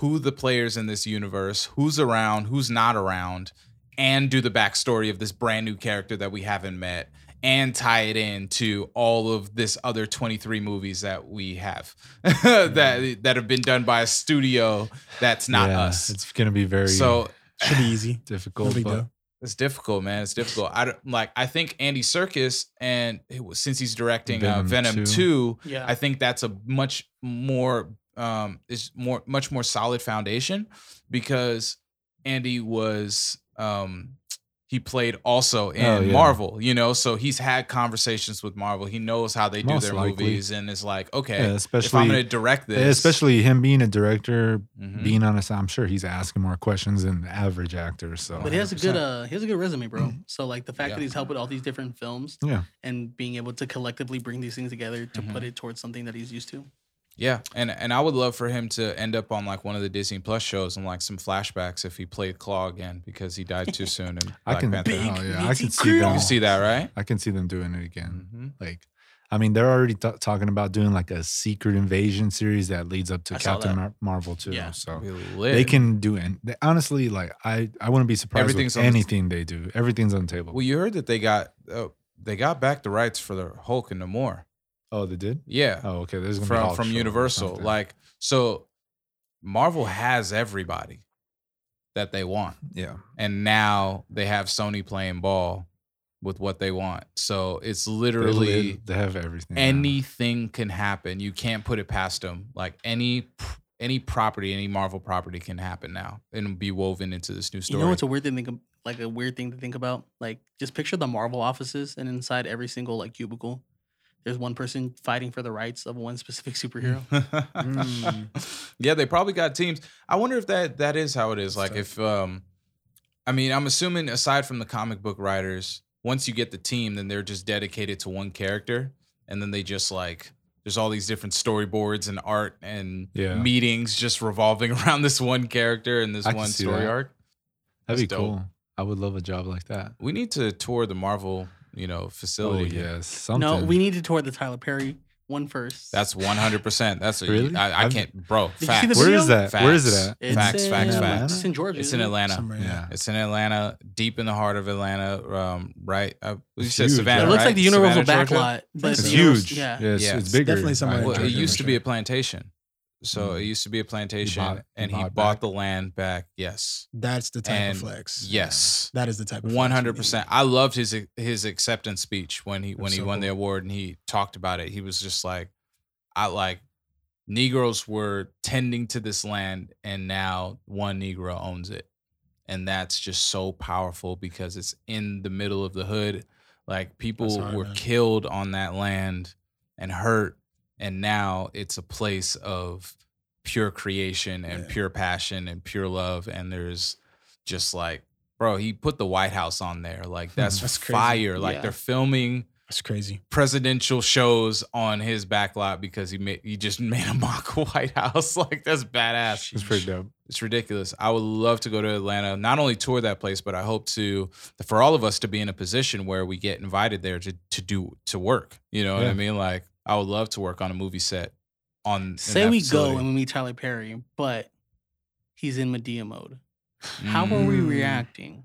S1: who the players in this universe, who's around, who's not around, and do the backstory of this brand new character that we haven't met and tie it in to all of this other 23 movies that we have *laughs* that that have been done by a studio that's not
S3: Mm-hmm. Yeah,
S1: us.
S3: It's gonna be very
S1: So
S4: Should
S1: *laughs*
S4: be easy. No
S3: difficult.
S4: big
S3: but-
S4: deal.
S1: it's difficult, man. It's difficult. I don't, like. I think Andy Circus, and it was- since he's directing Venom, uh,
S3: Venom
S1: Venom
S3: 2.
S1: Two,
S2: yeah,
S1: I think that's a much more um is more much more solid foundation because Andy was um he played also in
S3: Oh, yeah.
S1: Marvel, you know, so he's had conversations with Marvel. He knows how they do
S3: Most
S1: their
S3: likely.
S1: movies, and is like, okay,
S3: yeah,
S1: if I'm going
S3: especially
S1: to direct this,
S3: especially him being a director,
S1: Mhm.
S3: being honest, I'm sure he's asking more questions than the average actor. So
S2: but he has a good uh, he has a good resume, bro. So like the fact
S1: Mm-hmm. Yeah.
S2: that he's helped with all these different films,
S3: Yeah.
S2: and being able to collectively bring these things together to
S1: Mhm.
S2: put it towards something that he's used to.
S1: Yeah, and and I would love for him to end up on like one of the Disney Plus shows and like some flashbacks if he played Claw again because he died
S3: *laughs*
S1: too soon. And
S3: I can,
S1: Panther.
S3: oh,
S1: You
S3: yeah, I
S2: meaty
S3: can see
S2: girl.
S3: them.
S1: can see that, right?
S3: I can see them doing it again.
S1: Mhm.
S3: Like, I mean, they're already t- talking about doing like a secret invasion series that leads up to
S2: I saw that.
S3: Captain Mar- Marvel too.
S2: Yeah.
S3: So
S1: We lit.
S3: they can do it. They, honestly, like I, I wouldn't be surprised
S1: Everything's
S3: with
S1: on the-
S3: anything they do. Everything's on the table.
S1: Well, you heard that they got uh, they got back the rights for the Hulk and the more.
S3: oh, they did.
S1: Yeah,
S3: Oh, okay. There's gonna be
S1: from
S3: Hulk
S1: from
S3: show or
S1: Universal.
S3: something.
S1: Like so, Marvel has everybody that they want.
S3: yeah,
S1: and now they have Sony playing ball with what they want. So it's
S3: They
S1: literally
S3: lit- they have everything. yeah.
S1: anything can happen. You can't put it past them. Like any any property, any Marvel property can happen now and be woven into this new story.
S2: You know, it's a weird thing, to think, like a weird thing to think about. Like, just picture the Marvel offices, and inside every single like cubicle, there's one person fighting for the rights of one specific superhero.
S1: Mm, *laughs* yeah, they probably got teams. I wonder if that that is how it is. Like
S3: So-
S1: if um I mean, I'm assuming aside from the comic book writers, once you get the team, then they're just dedicated to one character and then they just like there's all these different storyboards and art and
S3: Yeah.
S1: meetings just revolving *laughs* around this one character and this
S3: I can
S1: one
S3: see
S1: story
S3: that.
S1: arc.
S3: That'd be
S1: That's dope.
S3: cool. I would love a job like that.
S1: We need to tour the Marvel, you know,
S3: Oh
S1: facility.
S3: yes, something.
S2: no, we need to tour the Tyler Perry one first.
S1: That's 100%. That's a,
S3: Really?
S1: I, I
S3: I've-
S1: can't, bro.
S2: you see
S1: Facts.
S2: the
S3: Where
S2: video?
S3: is that? Where is it at?
S1: Facts. Facts, facts,
S2: in-
S3: facts.
S2: It's in Georgia.
S1: It's
S2: isn't
S1: in
S2: it?
S1: Atlanta.
S4: Somewhere, yeah.
S1: It's in Atlanta, deep in the heart of Atlanta, um, right? Uh, you
S3: It's
S1: said
S3: huge,
S1: Savannah.
S2: It looks
S1: right?
S2: like the Universal
S1: Savannah,
S2: back
S1: Georgia?
S2: lot, but
S3: It's
S2: the
S3: huge.
S2: Univers- Yeah.
S3: yeah, it's,
S1: Yeah.
S3: it's bigger.
S4: Definitely somewhere in
S1: Well, it
S4: Georgia,
S1: used to
S4: for
S1: be
S4: sure.
S1: a plantation. So
S3: Mhm.
S1: it used to be a plantation,
S3: He bought- he
S1: and he bought,
S3: bought back.
S1: the land back. Yes,
S4: That's the type
S1: And
S4: of flex.
S1: yes,
S4: That is the type of flex we
S1: one hundred
S4: need.
S1: percent. I loved his his acceptance speech when he when
S4: was
S1: he
S4: so
S1: won the
S4: cool.
S1: award and he talked about it. He was just like, "I like Negroes were tending to this land, and now one Negro owns it." and that's just so powerful because it's in the middle of the hood. Like people
S4: hard,
S1: were
S4: man.
S1: killed on that land and hurt, and now it's a place of pure creation and
S4: Yeah.
S1: pure passion and pure love. And there's just like, bro, he put the White House on there.
S2: *laughs*
S1: Like that's,
S4: That's crazy.
S1: fire. Like
S2: Yeah.
S1: they're filming
S4: That's crazy.
S1: presidential shows on his backlot because he made he just *laughs* made a mock White House. Like that's badass.
S3: It's pretty dope.
S1: It's ridiculous. I would love to go to Atlanta, not only tour that place, but I hope to for all of us to be in a position where we get invited there to to do to work. You know what I
S3: Yeah.
S1: mean? Like I would love to work on a movie set. On in
S2: Say
S1: that
S2: we go
S1: facility.
S2: and we meet Tyler Perry, but he's in Medea mode. How are we
S4: Mm.
S2: reacting?
S1: Mm-hmm.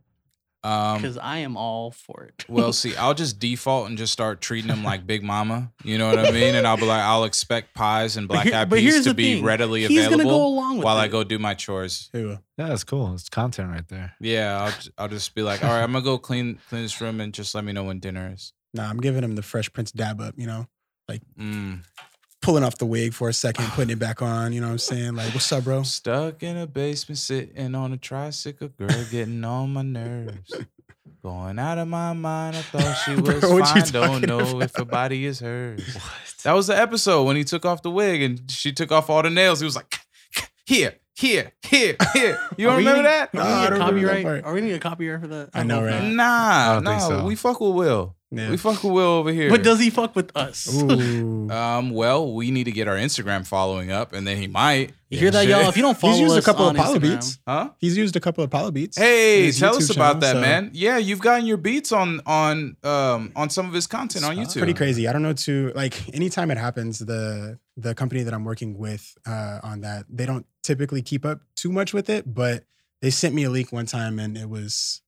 S1: Um,
S2: Because I am all for it. *laughs*
S1: Well, see, I'll just default and just start treating them like Big Mama. You know what I mean? And I'll be like, I'll expect pies and
S2: But
S1: black
S2: here-
S1: eyed
S2: but
S1: peas
S2: here's
S1: to
S2: the
S1: be
S2: thing.
S1: readily
S2: he's gonna go
S1: available
S2: along with
S1: while
S2: it.
S1: I go do my chores.
S4: Who?
S3: Yeah, that's cool. It's content right there.
S1: Yeah, I'll, ju- I'll just be like, all right, I'm gonna go clean clean this room and just let me know when dinner is.
S4: Nah, I'm giving him the Fresh Prince dab up. You know,
S1: Mm.
S4: pulling off the wig for
S1: *sighs*
S4: a second, putting it back on. You know what I'm saying? Like, what's up, bro?
S1: Stuck in a basement, sitting on a tricycle, girl, getting on my nerves. Going out of my mind, I thought
S2: *laughs*
S1: she
S4: Bro,
S1: was
S4: what you
S1: fine. Don't
S4: talking
S1: know if her body is hers. That was the episode when he took off the wig and she took off all the nails. He was like, here, here, here, here. You
S2: Are
S1: don't
S2: we
S1: remember
S2: gonna-
S1: that?
S4: No,
S2: Are we gonna
S4: I
S2: get
S4: don't remember that
S2: copyright?
S4: part.
S2: Are we gonna get copyright for that?
S4: I know,
S2: hope
S4: right?
S2: not.
S1: Nah,
S3: I don't
S1: no,
S3: think so.
S1: we fuck with Will. *laughs*
S4: Yeah.
S1: We fuck with Will over here.
S2: But does he fuck with
S1: *laughs*
S2: us?
S4: Ooh.
S1: Um, well, we need to get our Instagram following up, and then he might.
S2: You hear that, y'all? If you don't follow
S4: He's used a
S2: us
S4: couple
S2: on
S4: of Apollo
S2: Instagram,
S4: beats.
S1: Huh?
S4: He's used a couple of Apollo beats.
S1: Hey,
S4: His
S1: tell
S4: YouTube
S1: us about
S4: channel,
S1: that,
S4: so-
S1: man. Yeah, you've gotten your beats on on um on some of his content on
S4: It's
S1: YouTube.
S4: uh, Pretty crazy. I don't know too. Like anytime it happens, the the company that I'm working with uh, on that, they don't typically keep up too much with it, but they sent me a leak one time and it was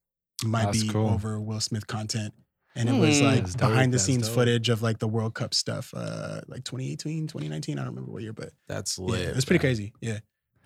S4: my
S3: That's
S4: beat
S3: cool.
S4: over Will Smith content. And it was
S2: Hmm.
S4: like
S3: That's dope.
S4: behind the
S3: That's
S4: scenes
S3: dope.
S4: footage of like the World Cup stuff, uh, like 2018, 2019. I don't remember what year, but
S1: That's
S4: yeah,
S1: lit.
S4: it was pretty
S1: man.
S4: crazy. Yeah.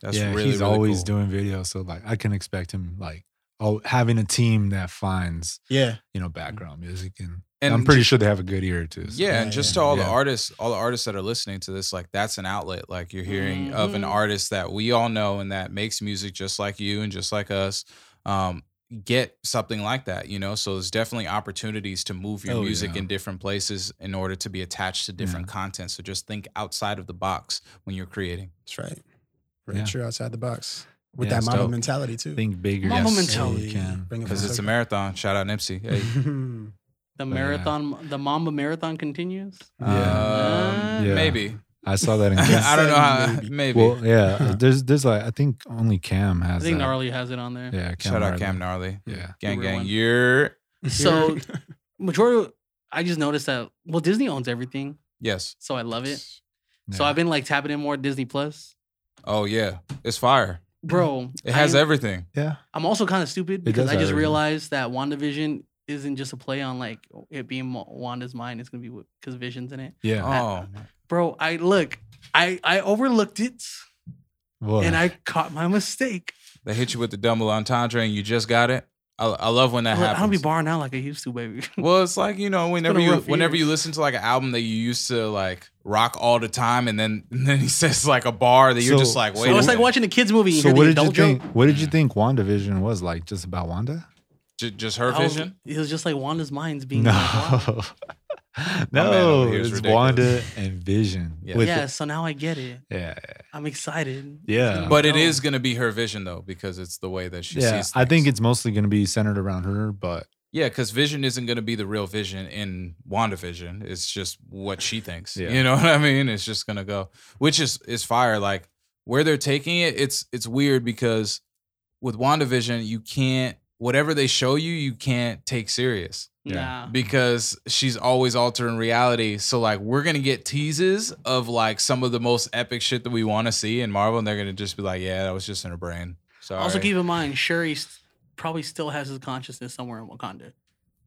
S1: That's
S3: yeah,
S1: really
S3: he's
S1: really
S3: always
S1: cool.
S3: doing videos, so like I can expect him like oh having a team that finds
S4: Yeah.
S3: you
S1: Mm.
S3: know background music and,
S1: And
S3: I'm pretty
S1: ju-
S3: sure they have a good ear too. so-
S1: Yeah,
S4: Yeah,
S1: and just
S4: yeah,
S1: to all the
S3: yeah.
S1: artists, all the artists that are listening to this, like that's an outlet. Like you're hearing of an
S4: Mm-hmm.
S2: Mhm.
S1: artist that we all know and that makes music just like you and just like us. Um, get something like that, you know. So there's definitely opportunities to move your
S3: Oh,
S1: music
S3: yeah.
S1: in different places in order to be attached to different content. So just think outside of the box when you're creating.
S4: That's right. Right.
S3: Yeah.
S4: Sure. Outside the box with
S3: Yeah,
S4: that
S3: it's
S4: mama
S3: dope.
S4: mentality *laughs* too.
S3: think bigger.
S2: Mama
S3: so you
S2: mentality.
S3: can.
S4: Bring it
S1: Because
S4: full
S1: it's a
S4: circle.
S1: marathon. Shout out Nipsey.
S3: *laughs*
S1: Hey.
S2: the
S3: yeah.
S2: marathon, the Mamba marathon continues.
S1: Um,
S3: Yeah.
S1: Maybe.
S3: I
S1: *laughs*
S3: saw that in. Cam.
S1: I don't know how
S4: Maybe.
S1: maybe. *laughs*
S3: well, yeah, uh,
S4: Huh.
S3: there's there's like I think only Cam
S2: I
S3: has.
S2: think
S3: that.
S2: gnarly has it on there.
S3: Yeah,
S1: Shout out
S3: Gnarly.
S1: Cam Gnarly.
S3: Yeah,
S1: Gang
S2: Real
S1: gang.
S2: one.
S1: You're
S4: *laughs*
S2: So majority, I just noticed that well, Disney owns everything,
S1: yes.
S2: so I love it. So
S3: yeah.
S2: I've been like tapping in more Disney Plus,
S1: Oh yeah. It's fire.
S4: *clears throat*
S2: bro.
S1: It has
S2: I'm,
S1: everything.
S3: yeah.
S2: I'm also kind of stupid because
S3: does
S2: I just
S3: everything.
S2: realized that WandaVision isn't just a play on like it being Mo- Wanda's mind. It's gonna be because Vision's in it,
S3: Yeah.
S1: Oh, my-
S2: bro. I look, I I overlooked it
S3: Well,
S2: and I caught my mistake.
S1: they hit you with the double entendre and you just got it. I, I love when that
S2: Look, I
S1: happens.
S2: don't be barring out like I used to, baby.
S1: well, it's like you know, whenever
S2: a
S1: you
S2: rough
S1: whenever
S2: year.
S1: you listen to like an album that you used to like rock all the time, and then *laughs* and then he says like a bar that you're
S3: So-
S1: just like,
S3: so
S1: wait,
S2: So
S1: a
S2: it's like
S1: minute.
S2: watching a kids movie. And you
S3: so
S2: hear
S3: what
S2: the
S3: did you
S2: adult
S3: think?
S2: joke.
S3: What did you think WandaVision was like? Just about Wanda?
S1: J- just her
S2: I was-
S1: vision.
S2: it was just like Wanda's minds being
S3: no,
S2: like, Wanda.
S1: man
S3: no,
S1: over here is
S3: it's
S1: ridiculous.
S3: Wanda and Vision.
S1: Yeah.
S3: *laughs* with-
S2: yeah. So now I get it.
S3: yeah,
S2: I'm excited.
S3: Yeah.
S2: It's gonna
S1: But it
S2: go.
S1: is gonna be her vision though, because it's the way that she
S3: yeah.
S1: sees.
S3: I think
S1: things.
S3: it's mostly going to be centered around her, but
S1: yeah, because Vision isn't gonna be the real Vision in WandaVision. It's just what she thinks.
S3: Yeah.
S1: You know *laughs* what I mean? It's just gonna go, which is is fire. Like where they're taking it, it's it's weird because with WandaVision, you can't whatever they show you, you can't take serious.
S3: Yeah.
S2: Nah.
S1: because she's always altering reality. So like we're gonna get teases of like some of the most epic shit that we want to see in Marvel, and they're gonna just be like, yeah, that was just in her brain. Sorry.
S2: Also keep in mind, Shuri st- probably still has his consciousness somewhere in Wakanda.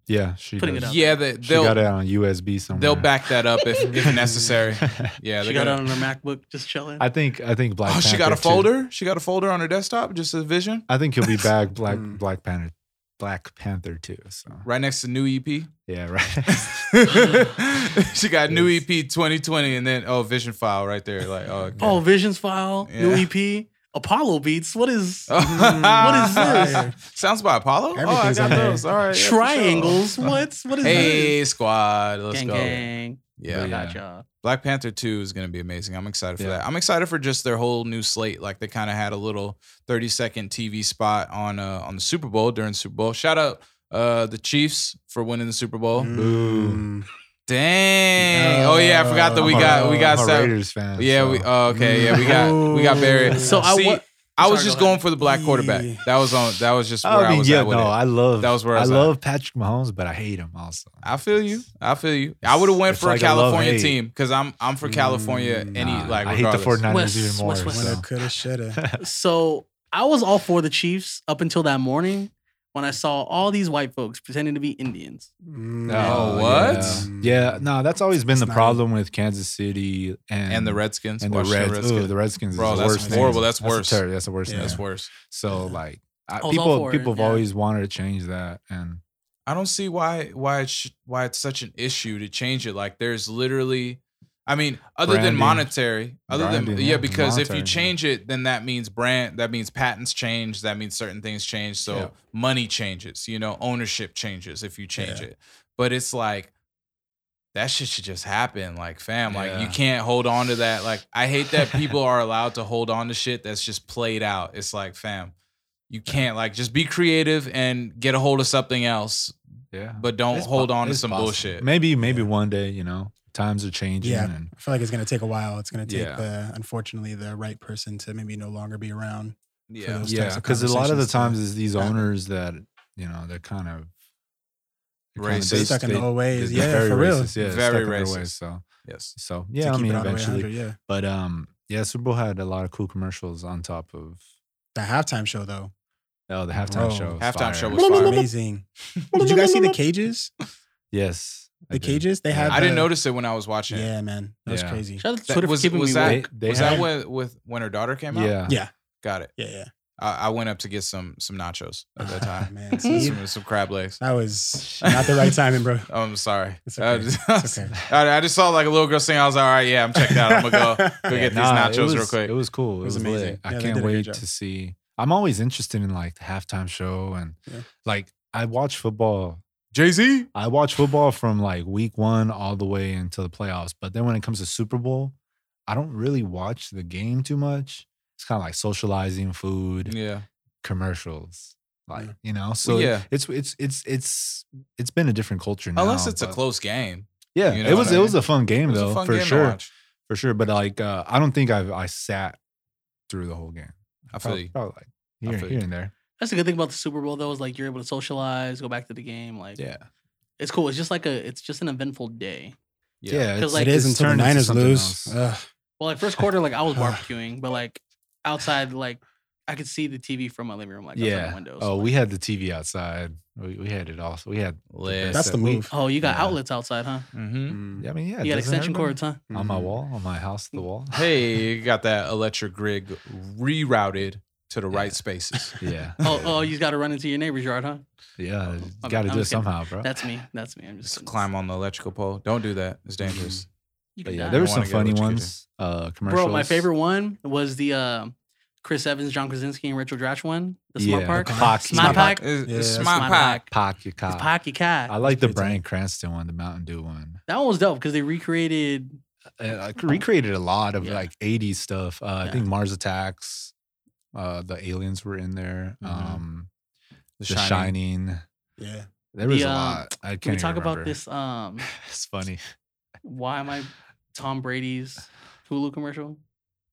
S3: yeah, she
S2: Putting it
S3: does.
S2: up.
S1: yeah, they,
S3: She got
S1: they'll
S3: it on USB somewhere.
S1: they'll
S3: *laughs*
S1: back that up if, if necessary. Yeah,
S2: she
S1: they
S2: got
S1: got
S2: it on her MacBook, just chilling.
S3: I think I think Black.
S1: Oh, she got a
S3: Panther too.
S1: folder. She got a folder on her desktop, just a vision,
S3: I think he'll
S1: *laughs*
S3: be back. Black
S4: Hmm.
S3: Black Panther, Black Panther too. So
S1: right next to new EP.
S3: yeah, right.
S1: *laughs* she got new E EP 2020, and then oh, vision file right there. Like oh, okay.
S2: oh, Visions file, new
S1: Yeah.
S2: EP. Apollo beats. What is
S1: Oh,
S4: Oh, *laughs*
S1: *laughs*
S4: what is this?
S1: Sounds by Apollo. Oh, I
S4: Everything's
S1: got
S4: on
S3: *laughs*
S4: there.
S1: those. All right. yeah, for sure.
S2: triangles? What's what is
S1: Hey squad, let's
S2: this? Gang
S1: go.
S2: gang.
S1: Yeah.
S2: I
S3: Yeah.
S2: got y'all.
S1: Black Panther 2 is going to be amazing. I'm excited for
S3: Yeah.
S1: that. I'm excited for just their whole new slate. Like they kind of had a little 30 second TV spot on uh, on the Super Bowl during Super Bowl. Shout out uh, the Chiefs for winning the Super Bowl.
S4: Mm.
S1: Dang. oh yeah, I forgot that we got we got
S3: i
S1: set.
S3: Raiders fan.
S1: Yeah, we oh, okay, yeah, we got we got buried.
S3: *laughs*
S2: So I
S1: See,
S2: wa-
S1: I was
S2: sorry,
S1: just
S2: go ahead.
S1: going for the black quarterback. That was on that was just where
S3: I
S1: I,
S3: mean,
S1: was
S3: yeah,
S1: at with
S3: no,
S1: it.
S3: I love.
S1: That was where I
S3: I,
S1: was at.
S3: love Patrick Mahomes, but I hate him also.
S1: I feel you. I feel you. I would have went
S3: It's
S1: for
S3: like
S1: a
S3: a love
S1: California
S3: hate.
S1: team because I'm I'm for California.
S4: Mm,
S1: Any
S3: Nah,
S1: like
S3: I hate the
S1: regardless.
S3: 49ers
S2: West-
S3: even more.
S2: West- West-
S4: Woulda,
S3: so. *laughs*
S4: coulda, shoulda.
S2: So I was all for the Chiefs up until that morning when I saw all these white folks pretending to be Indians.
S4: Mm.
S1: Oh, what?
S3: Yeah, no, that's always been
S4: It's
S3: the
S4: not-
S3: problem with Kansas City and
S1: and the Redskins.
S3: and the
S1: Washington
S3: Reds.
S1: Redskins.
S3: Ooh, the Redskins
S1: Bro,
S3: is the
S1: that's
S3: worst
S1: horrible.
S3: Name.
S1: That's worse.
S3: That's, a ter- that's the worst.
S1: yeah,
S3: name.
S1: that's worse.
S3: So
S4: Yeah.
S3: like I,
S2: was all
S3: people
S2: for it,
S3: people have
S2: yeah.
S3: always wanted to change that, and
S1: I don't see why why it's why it's such an issue to change it. Like there's literally, I mean, other than
S3: Branding.
S1: monetary, other than
S3: Branding,
S1: yeah,
S3: yeah,
S1: because if
S3: monetary,
S1: you
S3: yeah.
S1: change it, then that means brand, that means patents change, that means certain things change. So
S3: Yeah.
S1: money changes, you know, ownership changes if you change
S4: Yeah.
S1: it. But it's like that shit should just happen, like fam, like you
S3: Yeah.
S1: can't hold on to that. Like I hate
S3: *laughs*
S1: that people are allowed to hold on to shit that's just played out. It's like fam. You can't like just be creative and get a hold of something else
S3: yeah.
S1: but don't
S3: It's
S1: hold
S3: po-
S1: on to
S3: it's
S1: some
S3: possible.
S1: bullshit.
S3: Maybe maybe one day, you know, times are changing.
S4: Yeah.
S3: and
S4: I feel like it's gonna take a while. It's gonna take
S3: Yeah.
S4: the unfortunately the right person to maybe no longer be around.
S1: Yeah.
S4: those
S3: yeah,
S4: types of
S3: because a lot of the
S4: conversations to
S3: times is these
S4: happen.
S3: owners that you know they're kind of they're kinda-
S1: Racist.
S4: They're stuck in the old
S3: they're-
S4: ways.
S3: they're
S4: Yeah, for real.
S3: Racist, yeah,
S1: Very
S3: very racist.
S1: racist.
S3: so
S1: yes.
S3: so
S4: To
S3: yeah, I
S4: keep
S3: mean
S4: it all the way
S3: eventually,
S4: 100, yeah.
S3: but um yeah, Super Bowl had a lot of cool commercials on top of
S4: The halftime show though,
S3: oh the halftime
S4: Bro.
S3: show. was
S1: Halftime
S3: fire.
S1: show was
S2: Blah, blah, blah,
S1: fire.
S2: blah.
S4: amazing. Did you guys see the cages?
S3: yes. I
S4: The
S3: did.
S4: cages they
S3: Yeah.
S4: had.
S1: I didn't
S4: the-
S1: notice it when I was watching. it.
S4: Yeah, man, that was
S3: Yeah.
S4: crazy.
S2: Shout out to
S1: That-
S2: Twitter
S1: was-
S2: for keeping
S1: was
S2: me
S1: that-
S2: woke.
S3: They
S1: Was
S3: had-
S1: that with, with when her daughter came out?
S3: Yeah.
S4: Yeah,
S1: Got it.
S4: yeah, yeah.
S1: I, I went up to get some some nachos at
S4: *laughs*
S1: that
S3: *laughs*
S4: Ah,
S1: time.
S4: man, see,
S1: some, some crab legs.
S4: that was not the right timing, bro.
S1: Oh, I'm sorry.
S4: It's
S1: I *laughs*
S4: okay.
S1: just-
S4: It's okay.
S1: I, I just saw like a little girl singing. I was like, all right, yeah, I'm checked out. I'm gonna
S4: *laughs*
S3: *laughs*
S1: go. Go get these nachos
S3: it
S1: real
S3: was,
S1: quick.
S3: It was cool. It,
S4: was
S3: was,
S4: amazing.
S3: lit.
S4: Yeah,
S3: I
S4: they did
S3: can't
S4: a good
S3: wait
S4: job.
S3: to see. I'm always interested in like the halftime show and
S4: Yeah.
S3: like I watch football.
S1: Jay Z.
S3: I watch football from like week one all the way until the playoffs. But then when it comes to Super Bowl, I don't really watch the game too much. It's kind of like socializing, food,
S1: Yeah.
S3: commercials, like
S4: Yeah.
S3: you know. So
S1: yeah.
S3: it's it's it's it's it's been a different culture now.
S1: Unless it's a
S3: but-
S1: close game.
S3: Yeah,
S1: you know
S3: it
S1: what
S3: was
S1: I
S3: it was
S1: mean?
S3: a fun
S1: It
S3: game
S1: was
S3: though
S1: a fun
S3: for
S1: game
S3: sure
S1: to watch.
S3: for sure. But like, uh, I don't think I've I sat through the whole game.
S1: I feel
S3: Probably,
S1: you.
S3: probably like here,
S1: feel
S3: here
S1: you.
S3: and there.
S2: That's the good thing about the Super Bowl though, is like you're able to socialize, go back to the game. Like it's cool. It's just like a it's just an eventful day.
S1: Yeah.
S3: yeah. It's,
S2: like,
S4: it is
S3: it's
S4: until the
S3: turned into
S4: Niners
S3: something
S4: lose.
S3: else.
S4: Ugh.
S2: Well, like first quarter, like I
S3: *laughs*
S2: was barbecuing, but like outside, like I could see the TV from my living room, like outside
S3: yeah.
S2: the windows.
S3: Oh, we had the TV outside. We, we had it also. We had.
S1: Lit.
S4: That's
S3: So
S4: the
S3: we-
S4: move.
S2: Oh, you got
S3: Yeah.
S2: outlets outside, huh?
S1: hmm
S4: Mm.
S3: I mean, yeah.
S2: you got
S3: doesn't
S2: extension cords,
S3: everybody? *laughs*
S2: huh?
S3: on my
S4: Mhm.
S3: wall, on my house,
S2: *laughs*
S3: the wall.
S1: Hey, you got that electric grid rerouted to the
S3: Yeah.
S1: right spaces.
S3: Yeah.
S2: Oh, oh, you got to run into your neighbor's yard, huh?
S3: yeah.
S2: Oh, I'm-
S3: Got to
S2: I'm
S3: do it
S2: just kidding.
S3: somehow, bro.
S2: That's me. That's me. I'm just
S1: Just
S2: kidding.
S1: climb on the electrical pole. Don't do that. It's dangerous.
S2: You
S3: But
S2: can
S3: yeah,
S2: die.
S3: there were
S1: I
S3: some
S1: wanna get
S3: funny
S1: electrocuted.
S3: ones. Uh, commercials.
S2: Bro, my favorite one was the uh, Chris Evans, John Krasinski, and Rachel Dratch one. The Smart
S3: Yeah,
S2: Park.
S4: the
S3: Pock.
S2: Smart Park.
S1: It's,
S4: Yeah,
S1: it's
S4: that's
S1: smart
S2: my
S1: pack.
S3: Pocket
S2: It's
S3: cop.
S2: Pocky Cat.
S3: I like the
S4: Kids on-
S3: Brian Cranston one, the Mountain Dew one.
S2: that one was dope because they recreated.
S3: uh, I recreated a lot of
S2: Oh. Yeah.
S3: like 80s stuff. Uh, I
S2: Yeah.
S3: think Mars Attacks, uh, the aliens were in there.
S1: Mhm.
S2: Mm-hmm.
S3: Um,
S1: The
S3: the,
S1: Shining.
S3: Shining.
S4: Yeah.
S3: There was
S2: The, um,
S3: a lot. I can't
S2: Can we talk
S3: even
S2: about
S3: remember.
S2: this? Um,
S3: *laughs* it's funny.
S2: why am I Tom Brady's Hulu commercial?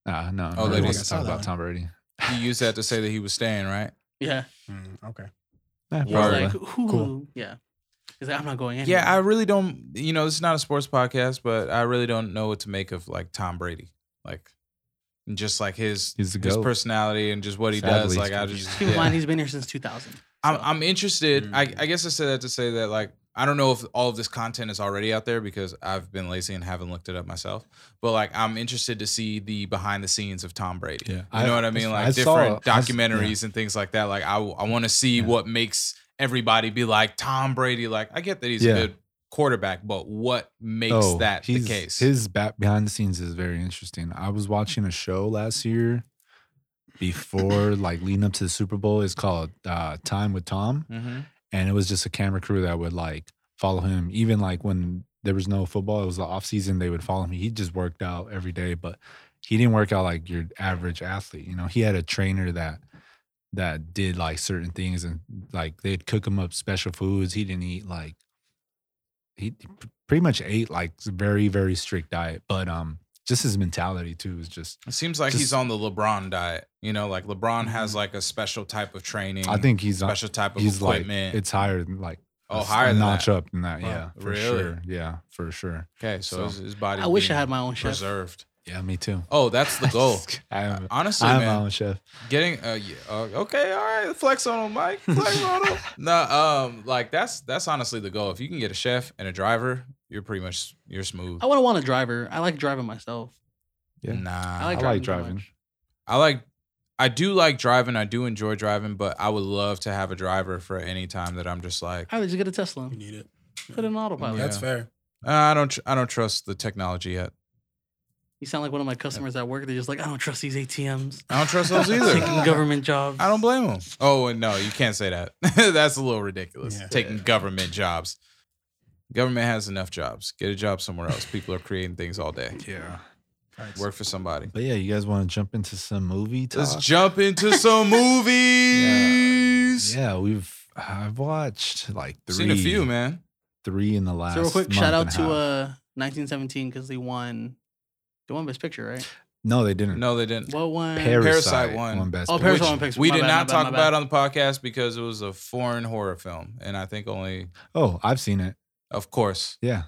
S3: Uh, no,
S1: Oh,
S3: oh,
S1: they
S3: they
S1: didn't
S3: was
S4: saw
S3: talk
S4: that
S3: about
S4: one.
S3: Tom Brady.
S1: He used that to say that he was staying, right?
S2: Yeah,
S4: Mm, okay.
S3: Eh,
S2: He's
S1: Word.
S3: probably.
S2: like Hulu.
S4: Cool.
S2: Yeah, he's like I'm not going anywhere.
S1: Yeah, I really don't. You know, this is not a sports podcast, but I really don't know what to make of like Tom Brady, like and just like his
S3: He's the
S1: his
S3: goat.
S1: personality and just what he
S3: Sadly,
S1: does.
S3: he's
S1: Like I
S3: the-
S1: just,
S2: keep in
S1: yeah.
S2: mind he's been here since 2000.
S1: I'm
S2: so.
S1: I'm interested. I
S3: Mm-hmm.
S4: Mm.
S1: I guess I said that to say that like I don't know if all of this content is already out there because I've been lazy and haven't looked it up myself. But like I'm interested to see the behind the scenes of Tom Brady.
S3: Yeah.
S1: You know what I mean? Like
S3: I saw-
S1: different
S3: I s- yeah.
S1: documentaries and things like that. Like I, I want to see
S3: Yeah.
S1: what makes everybody be like Tom Brady. Like I get that he's
S3: Yeah.
S1: a good quarterback, but what makes
S3: Oh,
S1: that the
S3: he's-
S1: case?
S3: His back behind the scenes is very interesting. I was watching a show last year. before, like leading up to the Super Bowl, is called uh, Time with Tom.
S1: Mm-hmm.
S3: and it was just a camera crew that would like follow him even like when there was no football it was the off season they would follow him he just worked out every day but he didn't work out like your average athlete you know he had a trainer that that did like certain things and like they'd cook him up special foods he didn't eat like he p- pretty much ate like s- very very strict diet but um just his mentality too was just
S1: It seems like he's
S3: Just- Mm-hmm.
S1: on the LeBron diet. You know, like LeBron has like a special type of training.
S3: i think he's
S1: Mm,
S3: uh,
S1: special type of
S3: he's like
S1: equipment.
S3: it's higher than like
S1: oh,
S3: a s-
S1: higher than
S3: notch
S1: that.
S3: up than that
S1: Wow,
S3: yeah for
S1: really?
S3: sure yeah for sure
S1: Okay, so,
S3: So-
S1: his, his body.
S2: I wish I
S1: being
S2: had my own chef.
S1: preserved.
S3: Yeah, me too.
S1: Oh, that's
S2: *laughs*
S1: the *laughs* goal.
S3: I am,
S1: Honestly,
S3: Uh, I'm
S1: man,
S3: my own chef.
S1: getting uh, yeah, uh, okay, all right, flex on him, Mike. Flex on
S2: *laughs*
S1: him. No, um, like that's that's honestly the goal. If you can get a chef and a driver, you're pretty much you're smooth.
S2: I wouldn't want a driver. I like driving myself.
S3: yeah.
S1: Nah,
S2: I like
S3: I
S2: driving.
S3: like
S2: too
S3: driving.
S2: much.
S1: I like I do like driving. I do enjoy driving, but I would love to have a driver for any time that I'm just like
S2: I would just get a Tesla.
S4: You need it. Mm,
S2: Put it in autopilot.
S4: That's
S1: Yeah.
S4: fair.
S1: "Uh, I don't tr- I don't trust the technology yet.
S2: You sound like one of my customers at work. They're just like, I don't trust these ATMs.
S1: I don't trust those either.
S2: *laughs* Taking government jobs.
S1: I don't blame them. Oh and no, you can't say that. *laughs* That's a little ridiculous.
S4: Yeah.
S1: Taking government jobs. Government has enough jobs. Get a job somewhere else. People are creating things all day.
S3: Yeah.
S1: Work for somebody.
S3: But yeah, you guys want to jump into some movie
S1: Let's
S3: talk?
S1: jump into
S2: *laughs*
S1: some movies.
S3: yeah, we've I've watched like three,
S1: Seen a few, man.
S3: three in the last.
S2: So real quick,
S3: month
S2: shout out
S3: and
S2: to
S3: half.
S2: uh 1917 because they won. They won Best Picture, right?
S3: No, they didn't.
S1: No, they didn't.
S2: What one?
S1: Parasite won.
S3: best.
S2: Oh,
S3: Picture.
S2: Parasite won Picture.
S1: we
S2: My
S1: did
S2: bad, my
S1: not
S2: bad,
S1: talk
S2: my
S1: about
S2: bad.
S1: it on the podcast because it was a foreign horror film, and I think only,
S3: Oh, I've seen it.
S1: of course, *laughs*
S3: Yeah,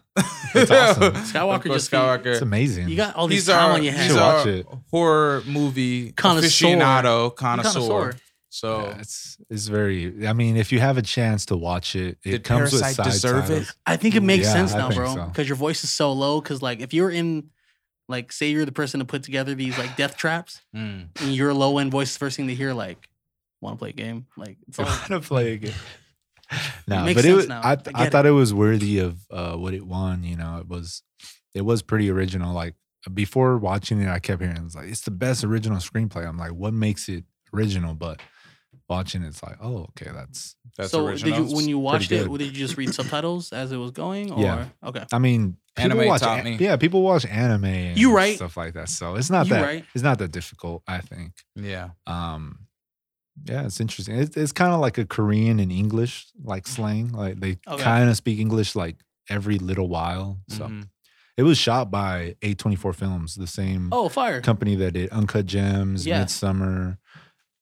S3: That's awesome.
S2: Skywalker
S1: Of course,
S2: just beat-
S3: it's
S1: Skywalker.
S3: amazing.
S2: You got all these
S1: He's
S2: time
S1: our,
S2: on your
S1: he's
S2: hands.
S3: You should
S1: our
S3: watch it.
S1: horror movie
S2: Connoisseur.
S1: aficionado, connoisseur.
S2: Connoisseur.
S1: So
S3: Yeah, it's it's very. I mean, if you have a chance to watch it, it
S1: Did
S3: comes with
S1: Parasite
S3: side
S1: deserve it?
S3: titles.
S2: I think it makes
S3: Yeah,
S2: sense
S3: I
S2: now,
S3: think
S2: bro.
S3: so.
S2: Because your voice is so low. Because like if you're in, like say you're the person to put together these like death traps,
S1: mm.
S2: and your low end voice is the first thing to hear, like want to play a game, like it's *laughs*
S3: I
S2: all
S3: want to play again. No,
S2: makes
S3: but it
S2: sense
S3: was,
S2: now.
S3: I,
S2: I
S3: th- I,
S2: get
S3: thought it. was worthy of uh, what it won. You know, it was it was pretty original. Like before watching it, I kept hearing it's like it's the best original screenplay. I'm like, what makes it original? But watching it's like, oh, okay, *laughs* that's.
S1: that's
S2: so
S1: original.
S2: did you when you watched it?
S3: good.
S2: Did you just read subtitles as it was going? Or
S3: Yeah.
S2: okay,
S3: I mean, people
S1: Anime
S3: watch
S1: taught
S3: an-
S1: me.
S3: Yeah, people watch anime. And
S2: You right.
S3: Stuff like that. So it's not
S2: You
S3: that
S2: right.
S3: it's not that difficult. I think.
S1: yeah,
S3: Um, yeah, it's interesting. It's, it's kind of like a Korean and English like
S1: Mm-hmm.
S3: slang. Like they
S2: Okay.
S3: kind of speak English like every little while. So
S2: Mm-hmm.
S1: Mhm.
S3: it was shot by A24 Films, the same
S2: oh fire!
S3: company that did Uncut Gems,
S2: Yeah.
S3: Midsummer,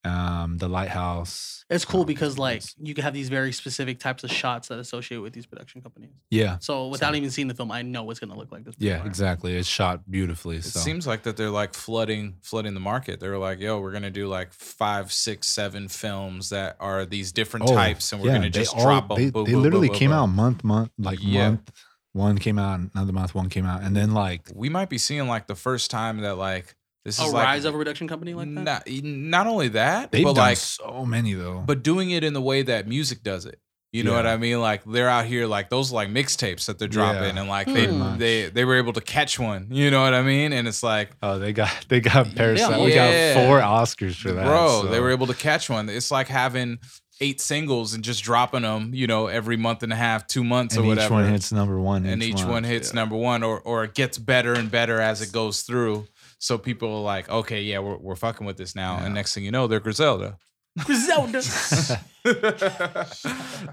S3: um, The Lighthouse.
S2: It's cool
S3: um,
S2: because like
S3: it's-
S2: you can have these very specific types of shots that associate with these production companies.
S3: yeah,
S2: So without even seeing the film, I know it's gonna look like this.
S3: yeah,
S2: before.
S3: exactly. It's shot beautifully.
S1: it
S3: so
S1: seems like that they're like flooding, flooding the market. They were like, "Yo, we're gonna do like five, six, seven films that are these different
S3: Oh,
S1: types, and we're
S3: yeah,
S1: gonna
S3: they
S1: just
S3: all-
S1: drop them."
S3: They,
S1: Boom,
S3: they
S1: boom, boom,
S3: literally
S1: boom,
S3: came
S1: boom.
S3: out month, month, like
S1: Yeah.
S3: month. One came out, another month. One came out, and then like
S1: We might be seeing like the first time that like this
S2: A
S1: is
S2: rise
S1: like
S2: of a production company like that.
S1: not, not only that,
S3: they've
S1: but
S3: done
S1: like
S3: so many though.
S1: but doing it in the way that music does it. You know
S3: Yeah.
S1: what I mean? Like they're out here like those like mixtapes that they're dropping
S3: Yeah,
S1: and like
S2: pretty
S1: they
S3: much.
S1: they they were able to catch one. You know what I mean? And it's like
S3: Oh, they got *laughs* they got Parasite. We
S1: Yeah.
S3: got four Oscars for that,
S1: bro,
S3: so-
S1: they were able to catch one. It's like having eight singles and just dropping them, you know, every month and a half, 2 months or
S3: and each
S1: whatever.
S3: one hits number one,
S1: and each
S3: month.
S1: one hits
S3: Yeah.
S1: number 1 or or it gets better and better as it goes through. So people are like, "Okay, yeah, we're we're fucking with this now."
S3: Yeah.
S1: And next thing you know, they're Griselda. *laughs*
S2: *laughs* Zelda.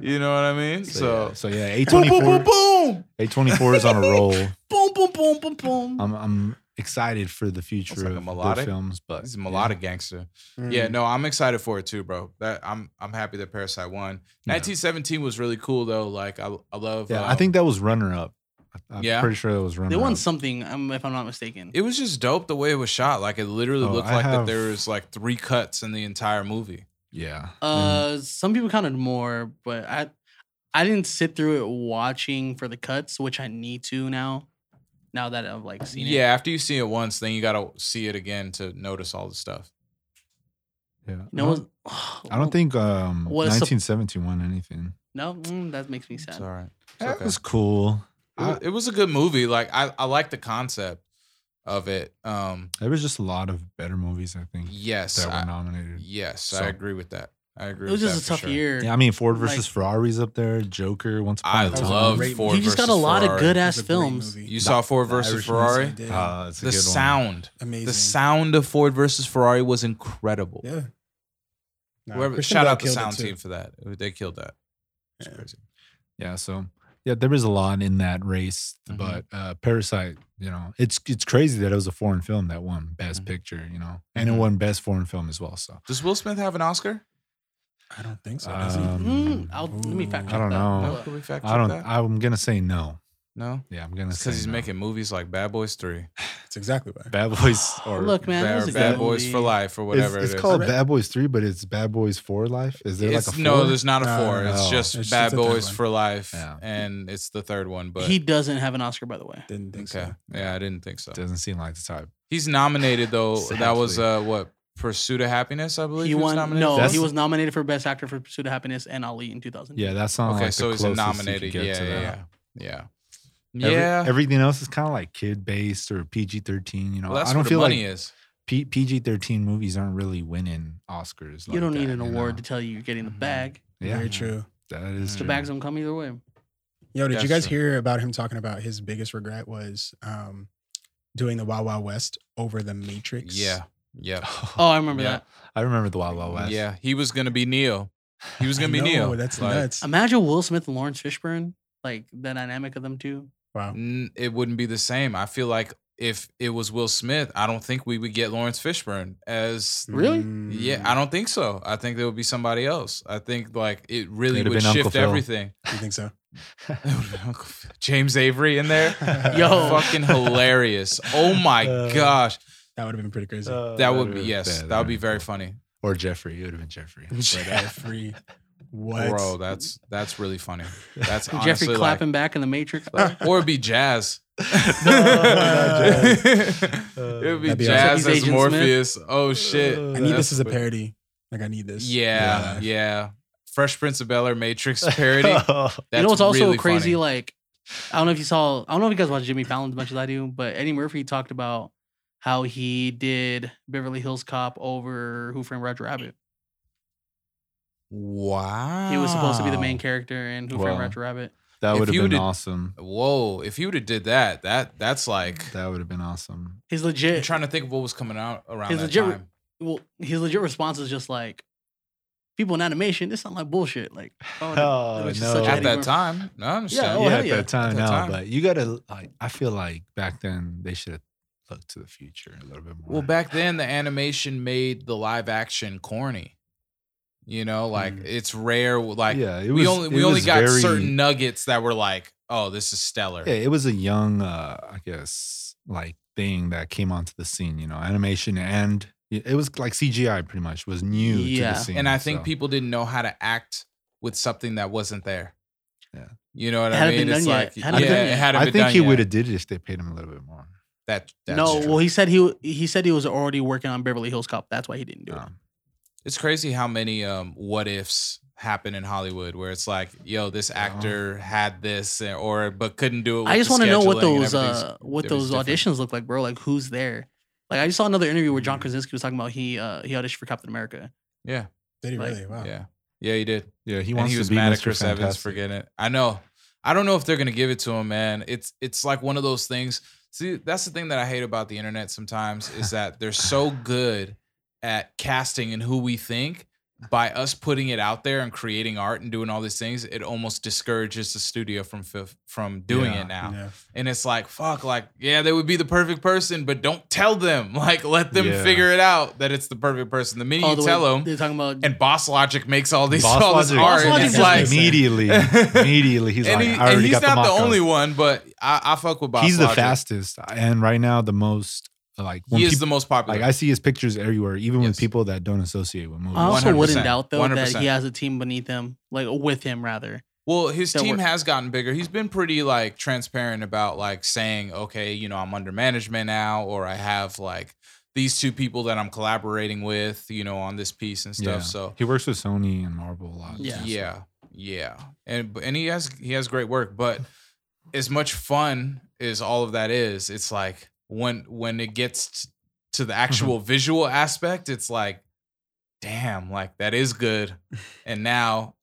S1: you know what I mean?
S3: So,
S1: So,
S3: so yeah, A twenty four,
S1: boom.
S3: A twenty four is on
S1: *laughs*
S3: a roll.
S2: boom, boom, boom, boom, boom.
S3: I'm I'm excited for the future
S1: like a
S3: of
S1: melodic-
S3: their films, but
S1: He's a melodic gangster.
S3: Mm-hmm.
S4: Mm.
S1: Yeah, no, I'm excited for it too, bro. That I'm I'm happy that Parasite won.
S3: Yeah.
S1: 1917 was really cool though. Like I I love.
S3: yeah, I
S1: um,
S3: think that was runner up. I'm
S1: Yeah.
S3: pretty sure that was runner.
S2: they won
S3: up.
S2: something, um, if I'm not mistaken.
S1: it was just dope the way it was shot. Like it literally
S3: Oh,
S1: looked
S3: I
S1: like that
S3: have-
S1: there was like three cuts in the entire movie.
S3: Yeah,
S2: uh, some people counted more, but I, I didn't sit through it watching for the cuts, which I need to now. Now that I've like seen
S1: Yeah,
S2: it,
S1: after you see it once, then you gotta see it again to notice all the stuff.
S3: yeah.
S2: no,
S3: I
S2: one's
S3: don't,
S1: Uh-huh.
S2: *sighs*
S3: I don't think um
S2: What is the-
S3: 1970 won anything.
S2: no, mm, that makes me sad.
S1: It's all right. It's
S3: That
S1: okay.
S3: was cool.
S1: It wa-
S3: I-
S1: it was a good movie. Like I I like the concept. of it. Um,
S3: There was just a lot of better movies, I think,
S1: yes,
S3: that were
S1: I,
S3: nominated.
S1: yes,
S3: So-
S1: I agree with that. I agree.
S2: It was
S1: with
S2: just a
S1: that for
S2: tough
S1: sure.
S2: year.
S3: Yeah, I mean Ford
S2: Like-
S3: versus Ferrari's up there. Joker, Once Upon
S1: I
S3: a Time.
S1: love
S4: great-
S1: Ford.
S2: you just got a
S1: versus
S2: lot of
S1: Ferrari.
S2: good
S4: That's
S2: ass
S4: a great
S2: films.
S4: movie.
S1: You saw Ford
S4: The
S1: versus
S4: Irishman,
S1: Ferrari.
S4: yes, I did.
S3: Uh, it's a
S1: The
S3: good
S1: sound,
S4: Amazing.
S1: the sound of Ford versus Ferrari was incredible.
S4: Yeah. Nah,
S1: Whoever,
S4: Christian
S1: shout
S4: Bale
S1: out the
S4: killed it
S1: sound
S4: too.
S1: team for that. They killed that. It's
S4: Yeah.
S1: crazy.
S3: One. Yeah, so yeah, there was a lot in that race,
S1: Mhm.
S3: but uh, Parasite, you know, it's it's crazy that it was a foreign film that won Best
S1: Mhm.
S3: Picture, you know, and it
S1: Mhm.
S3: won Best Foreign Film as well. So
S1: Does Will Smith have an Oscar?
S4: I don't think so. does he?
S3: um,
S2: Mm, I'll, let me fact
S4: Ooh.
S2: check
S3: I don't
S2: that.
S3: know.
S1: No,
S2: Hold up.
S1: can we fact
S3: Oh. I
S1: check
S3: don't.
S1: that?
S3: I'm gonna say no.
S1: no,
S3: Yeah, I'm gonna say
S1: because he's
S3: no.
S1: making movies like Bad Boys Three,
S4: That's exactly why.
S3: *laughs* Bad Boys
S1: *laughs*
S3: or
S2: Look, man, that
S1: Bad,
S2: was a
S1: Bad
S2: good
S1: Boys
S2: movie.
S1: for Life, or
S3: It's,
S1: whatever
S3: it's
S1: it is.
S3: called
S4: Correct.
S3: Bad Boys Three, but it's Bad Boys for Life. Is there
S1: It's-
S3: like a four?
S1: no, there's not a
S4: No,
S1: four.
S4: no,
S1: It's
S3: Uh, no.
S1: just
S4: It's just
S1: Bad
S4: the third
S1: Boys
S4: one.
S1: for Life,
S3: Yeah.
S1: and it's the third one. But
S2: he doesn't have an Oscar, by the way.
S4: Didn't think
S1: okay,
S4: so.
S1: yeah, I didn't think so.
S3: doesn't seem like the type.
S1: He's nominated though. that was
S3: Sadly.
S1: uh, what Pursuit of Happiness, I believe.
S2: He won.
S1: Was nominated
S2: no,
S1: for?
S3: That's-
S2: he was nominated for Best Actor for Pursuit of Happiness and Ali in 2000.
S3: Yeah, that's not
S1: Okay,
S3: like
S1: so
S3: the
S1: he's
S3: closest
S1: a
S3: you could
S1: nominated. Yeah,
S3: get to that.
S1: yeah, yeah, yeah.
S3: Every-
S1: yeah.
S3: everything else is kind of like kid based or PG thirteen. You know,
S1: well, that's
S3: I don't
S1: where
S3: feel
S1: the money
S3: like
S1: is.
S3: P- PG thirteen movies aren't really winning Oscars.
S2: you
S3: like
S2: don't
S3: that,
S2: need an
S3: you
S2: award
S3: know?
S2: to tell you you're getting the
S1: Mhm.
S2: bag.
S3: yeah,
S4: Very true.
S3: That is
S1: The
S2: The
S3: true. *laughs*
S2: bags don't come either way.
S4: Yo, did
S1: That's
S4: you guys
S1: true.
S4: hear about him talking about his biggest regret was um, doing the Wild Wild West over the Matrix?
S1: Yeah, yeah,
S2: Oh, I remember
S1: Yeah.
S2: that.
S3: I remember the Wild Wild
S2: *laughs*
S3: West.
S1: yeah. He was gonna be Neo. He was
S4: *sighs* I
S1: gonna be
S4: know,
S1: Neo.
S4: That's
S1: Like,
S4: nuts.
S2: Imagine Will Smith and Lawrence Fishburne, like the dynamic of them two.
S4: wow.
S1: n- it wouldn't be the same. I feel like if it was Will Smith, I don't think we would get Lawrence Fishburne as.
S2: Really?
S4: Mm,
S1: Yeah, I don't think so. I think there would be somebody else. I think like it really
S3: It'd have
S1: would
S3: been Uncle
S1: shift
S3: Phil.
S1: everything. *laughs*
S4: You think so?
S1: It would've been Uncle Phil. James Avery in there,
S2: Yo.
S1: fucking
S3: *laughs*
S1: hilarious. Oh my
S3: Uh,
S1: gosh,
S4: That would have been pretty crazy.
S3: Oh,
S1: that would be yes, that would be very funny,
S3: Or Jeffrey. It would have
S2: *laughs*
S3: been Jeffrey. uh,
S4: But at free. What?
S1: bro. That's that's really funny. That's
S2: And
S1: honestly
S2: Jeffrey
S1: like-
S2: clapping back in the Matrix.
S1: like-
S4: *laughs*
S1: or it'd be
S2: *laughs*
S1: Jazz.
S3: not
S1: *laughs* It would be
S4: That'd be
S1: Jazz
S2: awesome.
S1: as
S2: Agent
S1: Morpheus. Oh shit!
S3: Uh,
S4: I need
S1: That's
S4: this as a
S1: wi-
S4: parody. Like I need this.
S1: Yeah, yeah,
S4: Yeah.
S1: Fresh Prince of Bel Air
S2: *laughs*
S1: Matrix parody. That's
S2: you know what's also
S1: really
S2: crazy?
S1: funny.
S2: Like, I don't know if you saw. I don't know if you guys watch Jimmy Fallon as much as I do, but Eddie Murphy talked about how he did Beverly Hills Cop over Who Framed Roger Rabbit.
S1: wow,
S2: He was supposed to be the
S1: Oh.
S2: main character in Who Framed
S3: Wow.
S2: Roger Rabbit.
S3: *laughs* that
S1: If
S3: would have
S1: you
S3: been
S1: did-
S3: awesome.
S1: Whoa! If you would have did that, that that's like
S3: That would have been awesome.
S2: He's
S1: I'm
S2: legit.
S1: trying to think of what was coming out around
S2: He's
S1: that
S2: legit-
S1: time.
S2: well, his legit response is just like, "People in animation, this sound like bullshit." Like,
S3: *laughs*
S2: why would-
S3: Oh,
S2: which is
S3: no.
S2: such
S1: At
S2: Eddie
S1: that
S2: Murphy.
S1: time, no, I understand.
S2: Oh,
S3: yeah,
S2: hell
S3: at
S2: yeah.
S3: that time
S1: At that
S3: now,
S1: time.
S3: but you gotta like. I feel like back then they should have looked to the future a little bit more.
S1: Well, back then the animation made the live action corny. You know, like
S3: Mm.
S1: it's rare. Like
S3: yeah, it
S1: we only
S3: it
S1: we only
S3: was
S1: got
S3: very-
S1: certain nuggets that were like, oh, this is stellar.
S3: Yeah, it was a young, uh, I guess, like thing that came onto the scene. You know, animation and it it was like CGI pretty much was new
S2: Yeah.
S3: to the scene.
S1: and I think
S3: so-
S1: people didn't know how to act with something that wasn't there.
S3: Yeah.
S1: You know what
S2: It
S1: I
S2: hadn't
S1: mean?
S2: been
S1: it's
S2: done
S1: like
S2: yet. It hadn't
S1: yeah,
S2: been done
S1: it
S2: yet.
S1: hadn't
S3: I
S1: been
S3: think
S1: done
S3: he
S1: yet.
S3: would have did it if they paid him a little bit more.
S1: That that's
S2: no,
S1: true.
S2: well, he said he he said he was already working on Beverly Hills Cop. That's why he didn't do it.
S3: Um,
S1: it's crazy how many um what ifs happen in Hollywood where it's like, yo, this
S3: Uh-huh.
S1: actor had this eh, or but couldn't do it. Oh. With
S2: I just
S1: want to
S2: know what
S1: scheduling and
S2: those
S1: everything's-
S2: uh, what those
S1: everything's
S2: auditions look like, bro. Like who's there? Like I just saw another interview where John
S3: Mm.
S2: Krasinski was talking about he uh, he auditioned for Captain America.
S1: yeah,
S4: Did he
S2: Like,
S4: really? Wow.
S1: yeah, yeah. He did.
S3: yeah, he
S1: and
S3: wants
S1: he
S3: to
S1: was
S3: be
S1: mad
S3: Mr.
S1: at Chris Evans
S3: Fantastic.
S1: for getting it. I know. I don't know if they're gonna give it to him, man. It's it's like one of those things. See, that's the thing that I hate about the internet sometimes is that they're so good at casting and who we think by us putting it out there and creating art and doing all these things, it almost discourages the studio from fif- from doing
S3: Yeah,
S1: it now.
S4: Yeah.
S1: And it's like, fuck, like, yeah, they would be the perfect person, but don't tell them. *laughs* Like, let them
S3: Yeah.
S1: figure it out that it's the perfect person. The minute
S2: All
S1: you
S2: the
S1: tell
S2: way,
S1: them,
S2: They're talking about
S1: and Boss Logic makes all these
S3: Boss
S1: all this
S3: Logic-
S1: art.
S2: Boss Logic
S1: and it's
S2: just
S1: like, *laughs*
S2: makes
S3: immediately, immediately, he's
S1: and,
S3: like,
S1: he-
S3: I already
S1: and he's
S3: got
S1: not the,
S3: mock-ups."
S1: only one, but I, I fuck with Boss.
S3: He's the
S1: Logic.
S3: fastest, and right now the most like when
S1: He is
S3: people-
S1: the most popular.
S3: like I see his pictures everywhere, even
S1: Yes.
S3: with people that don't associate with movies.
S2: I also would not
S1: 100%,
S2: doubt though that
S1: 100%.
S2: he has a team beneath him, like with him rather.
S1: well, his
S2: that
S1: team
S2: work.
S1: has gotten bigger. He's been pretty like transparent about like saying, okay, you know, I'm under management now, or I have like these two people that I'm collaborating with, you know, on this piece and stuff.
S3: Yeah.
S1: So
S3: He works with Sony and Marvel a lot.
S2: Yeah.
S1: yeah,
S3: *laughs*
S1: yeah, and and he has he has great work, but as much fun as all of that is, it's like when when it gets t- to
S2: Mm-hmm.
S1: the actual visual aspect, it's like, damn, like that is good. And now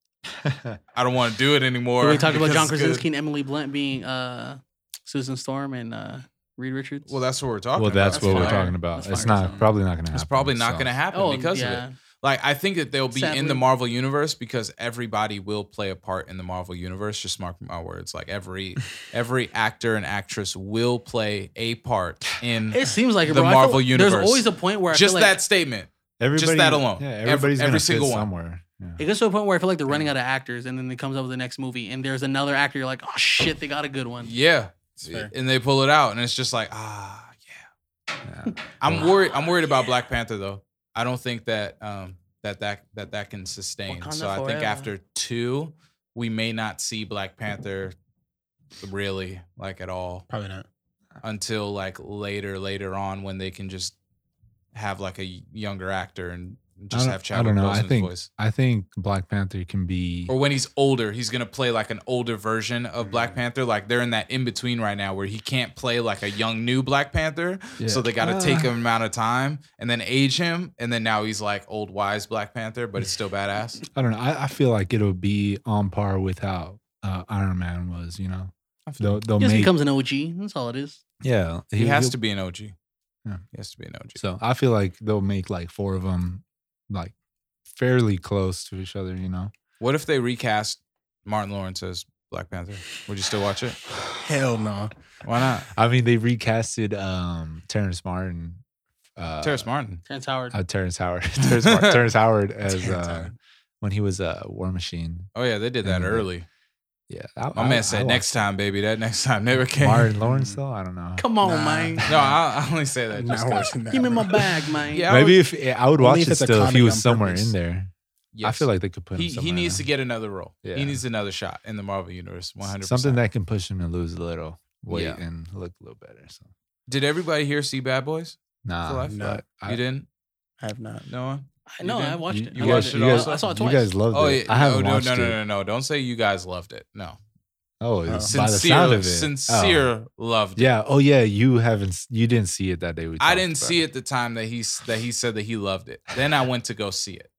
S1: I don't want to do it anymore.
S2: we talked about
S1: because
S2: John
S1: it's good.
S2: Krasinski and Emily Blunt being uh, Susan Storm and uh, Reed Richards.
S1: Well, that's what we're talking
S3: well,
S1: about.
S3: that's, what we're
S1: fire.
S3: talking about.
S2: That's
S3: it's
S2: fire,
S3: not
S2: so-
S3: probably not going to happen.
S1: It's probably not
S3: so.
S1: going to happen
S2: Oh,
S1: because of it. Like I think that they'll be in
S2: Sadly.
S1: the Marvel universe because everybody will play a part in the Marvel universe. Just mark my words. Like
S2: *laughs*
S1: every every actor and actress will play a part in
S2: It seems like it,
S1: The
S2: bro. I feel
S1: Marvel
S2: like There's
S1: universe.
S2: always a point where I
S1: just
S2: feel like
S1: that statement.
S3: Everybody,
S1: that alone.
S3: Yeah,
S1: Every-
S3: everybody's
S1: every
S3: going to
S1: single
S3: fit
S1: one.
S3: somewhere.
S2: it
S3: Yeah.
S2: gets to a point where I feel like they're running out of actors, and then it comes up with the next movie, and there's another actor. You're like, oh shit, they got a good one.
S1: Yeah,
S4: fair.
S1: and they pull it out, and it's just like ah, yeah. *laughs*
S3: Yeah.
S1: I'm worried. I'm worried about Black Panther though. I don't think that um that that that that can sustain.
S2: Wakanda
S1: so I think
S2: forever.
S1: after two, we may not see Black Panther really like at all.
S4: Probably not.
S1: until like later later on when they can just have like a younger actor and just
S3: don't-
S1: have
S3: I
S1: Chadwick
S3: don't know. I
S1: Boseman's
S3: think-
S1: voice. Oh,
S3: I think Black Panther can be.
S1: Or when he's older, he's gonna play like an older version
S3: Mm.
S1: of Black Panther. Like they're in that in between right now where he can't play like a young new Black Panther,
S3: Yeah.
S1: so they got to
S3: Ah.
S1: take an amount of time and then age him, and then now he's like old wise Black Panther, but it's still
S3: *laughs*
S1: badass.
S3: I don't know. I, I feel like it'll be on par with how uh, Iron Man was. You know, they'll, they'll
S2: He just
S3: make
S2: becomes an OG. That's all it is.
S3: yeah.
S1: He has
S3: he'll-
S1: to be an OG.
S3: Yeah.
S1: He has to be an OG.
S3: So I feel like they'll make like four of them, like fairly close to each other. You know,
S1: What if they recast Martin Lawrence as Black Panther? Would you still watch it?
S4: Hell no.
S1: Why not?
S3: I mean they recasted um Terrence Martin. Uh,
S1: Terrence Martin.
S2: Terrence Howard.
S3: Uh,
S1: *laughs*
S3: Terrence Howard. *laughs* Terrence, Mar- Terrence Howard as
S4: Terrence
S3: uh,
S4: Howard.
S3: when he was a uh, War Machine.
S1: Oh yeah, they did that
S3: Mhm.
S1: early.
S3: Yeah, I,
S1: My
S3: Oh, I- I
S1: man said
S3: like
S1: next time, baby. That next time never came.
S3: Martin Lawrence though. I don't know.
S2: Come on,
S4: Nah.
S2: man.
S1: *laughs* No, I, I only say that.
S4: Not
S1: Just
S4: watching that.
S2: Give me
S4: bro.
S2: my bag, man.
S1: Yeah. I
S3: Maybe if yeah, I would
S4: Only
S3: watch
S4: if
S3: it
S4: it's a
S3: still if he
S4: comedy
S3: was
S4: on
S3: somewhere in
S4: purpose.
S3: there. I
S1: Yes.
S3: feel like they could put him.
S1: he he
S3: somewhere
S1: needs to
S3: in.
S1: get another role.
S3: Yeah.
S1: He needs another shot in the Marvel universe. One hundred
S3: something
S1: percent.
S3: that can push him to lose a little weight
S1: Yeah.
S3: and look a little better. So
S1: Did everybody here see Bad Boys?
S3: nah,
S1: life?
S3: but
S4: No.
S1: you
S3: I,
S1: didn't.
S4: I have not.
S1: No one.
S2: I know.
S1: You
S2: I
S1: did?
S2: watched
S3: you,
S2: it.
S3: you
S2: I
S1: watched
S3: guys,
S1: it
S3: you
S1: all?
S3: guys,
S2: I saw it
S3: you
S2: twice.
S3: guys loved
S1: Oh,
S3: it.
S1: yeah.
S3: I haven't
S1: no,
S3: watched
S1: no, no,
S3: it.
S1: no, no, no. Don't say you guys loved it. No.
S3: Oh,
S4: Uh,
S3: it's by the
S1: Sincere,
S3: sound of it.
S1: sincere
S3: Oh.
S1: loved it.
S3: Yeah. Oh, yeah. You haven't. s- You didn't see it that day. We.
S1: I
S3: talked
S1: didn't
S3: about
S1: see it the time that he s- that he said that he loved it. Then I went to go see it.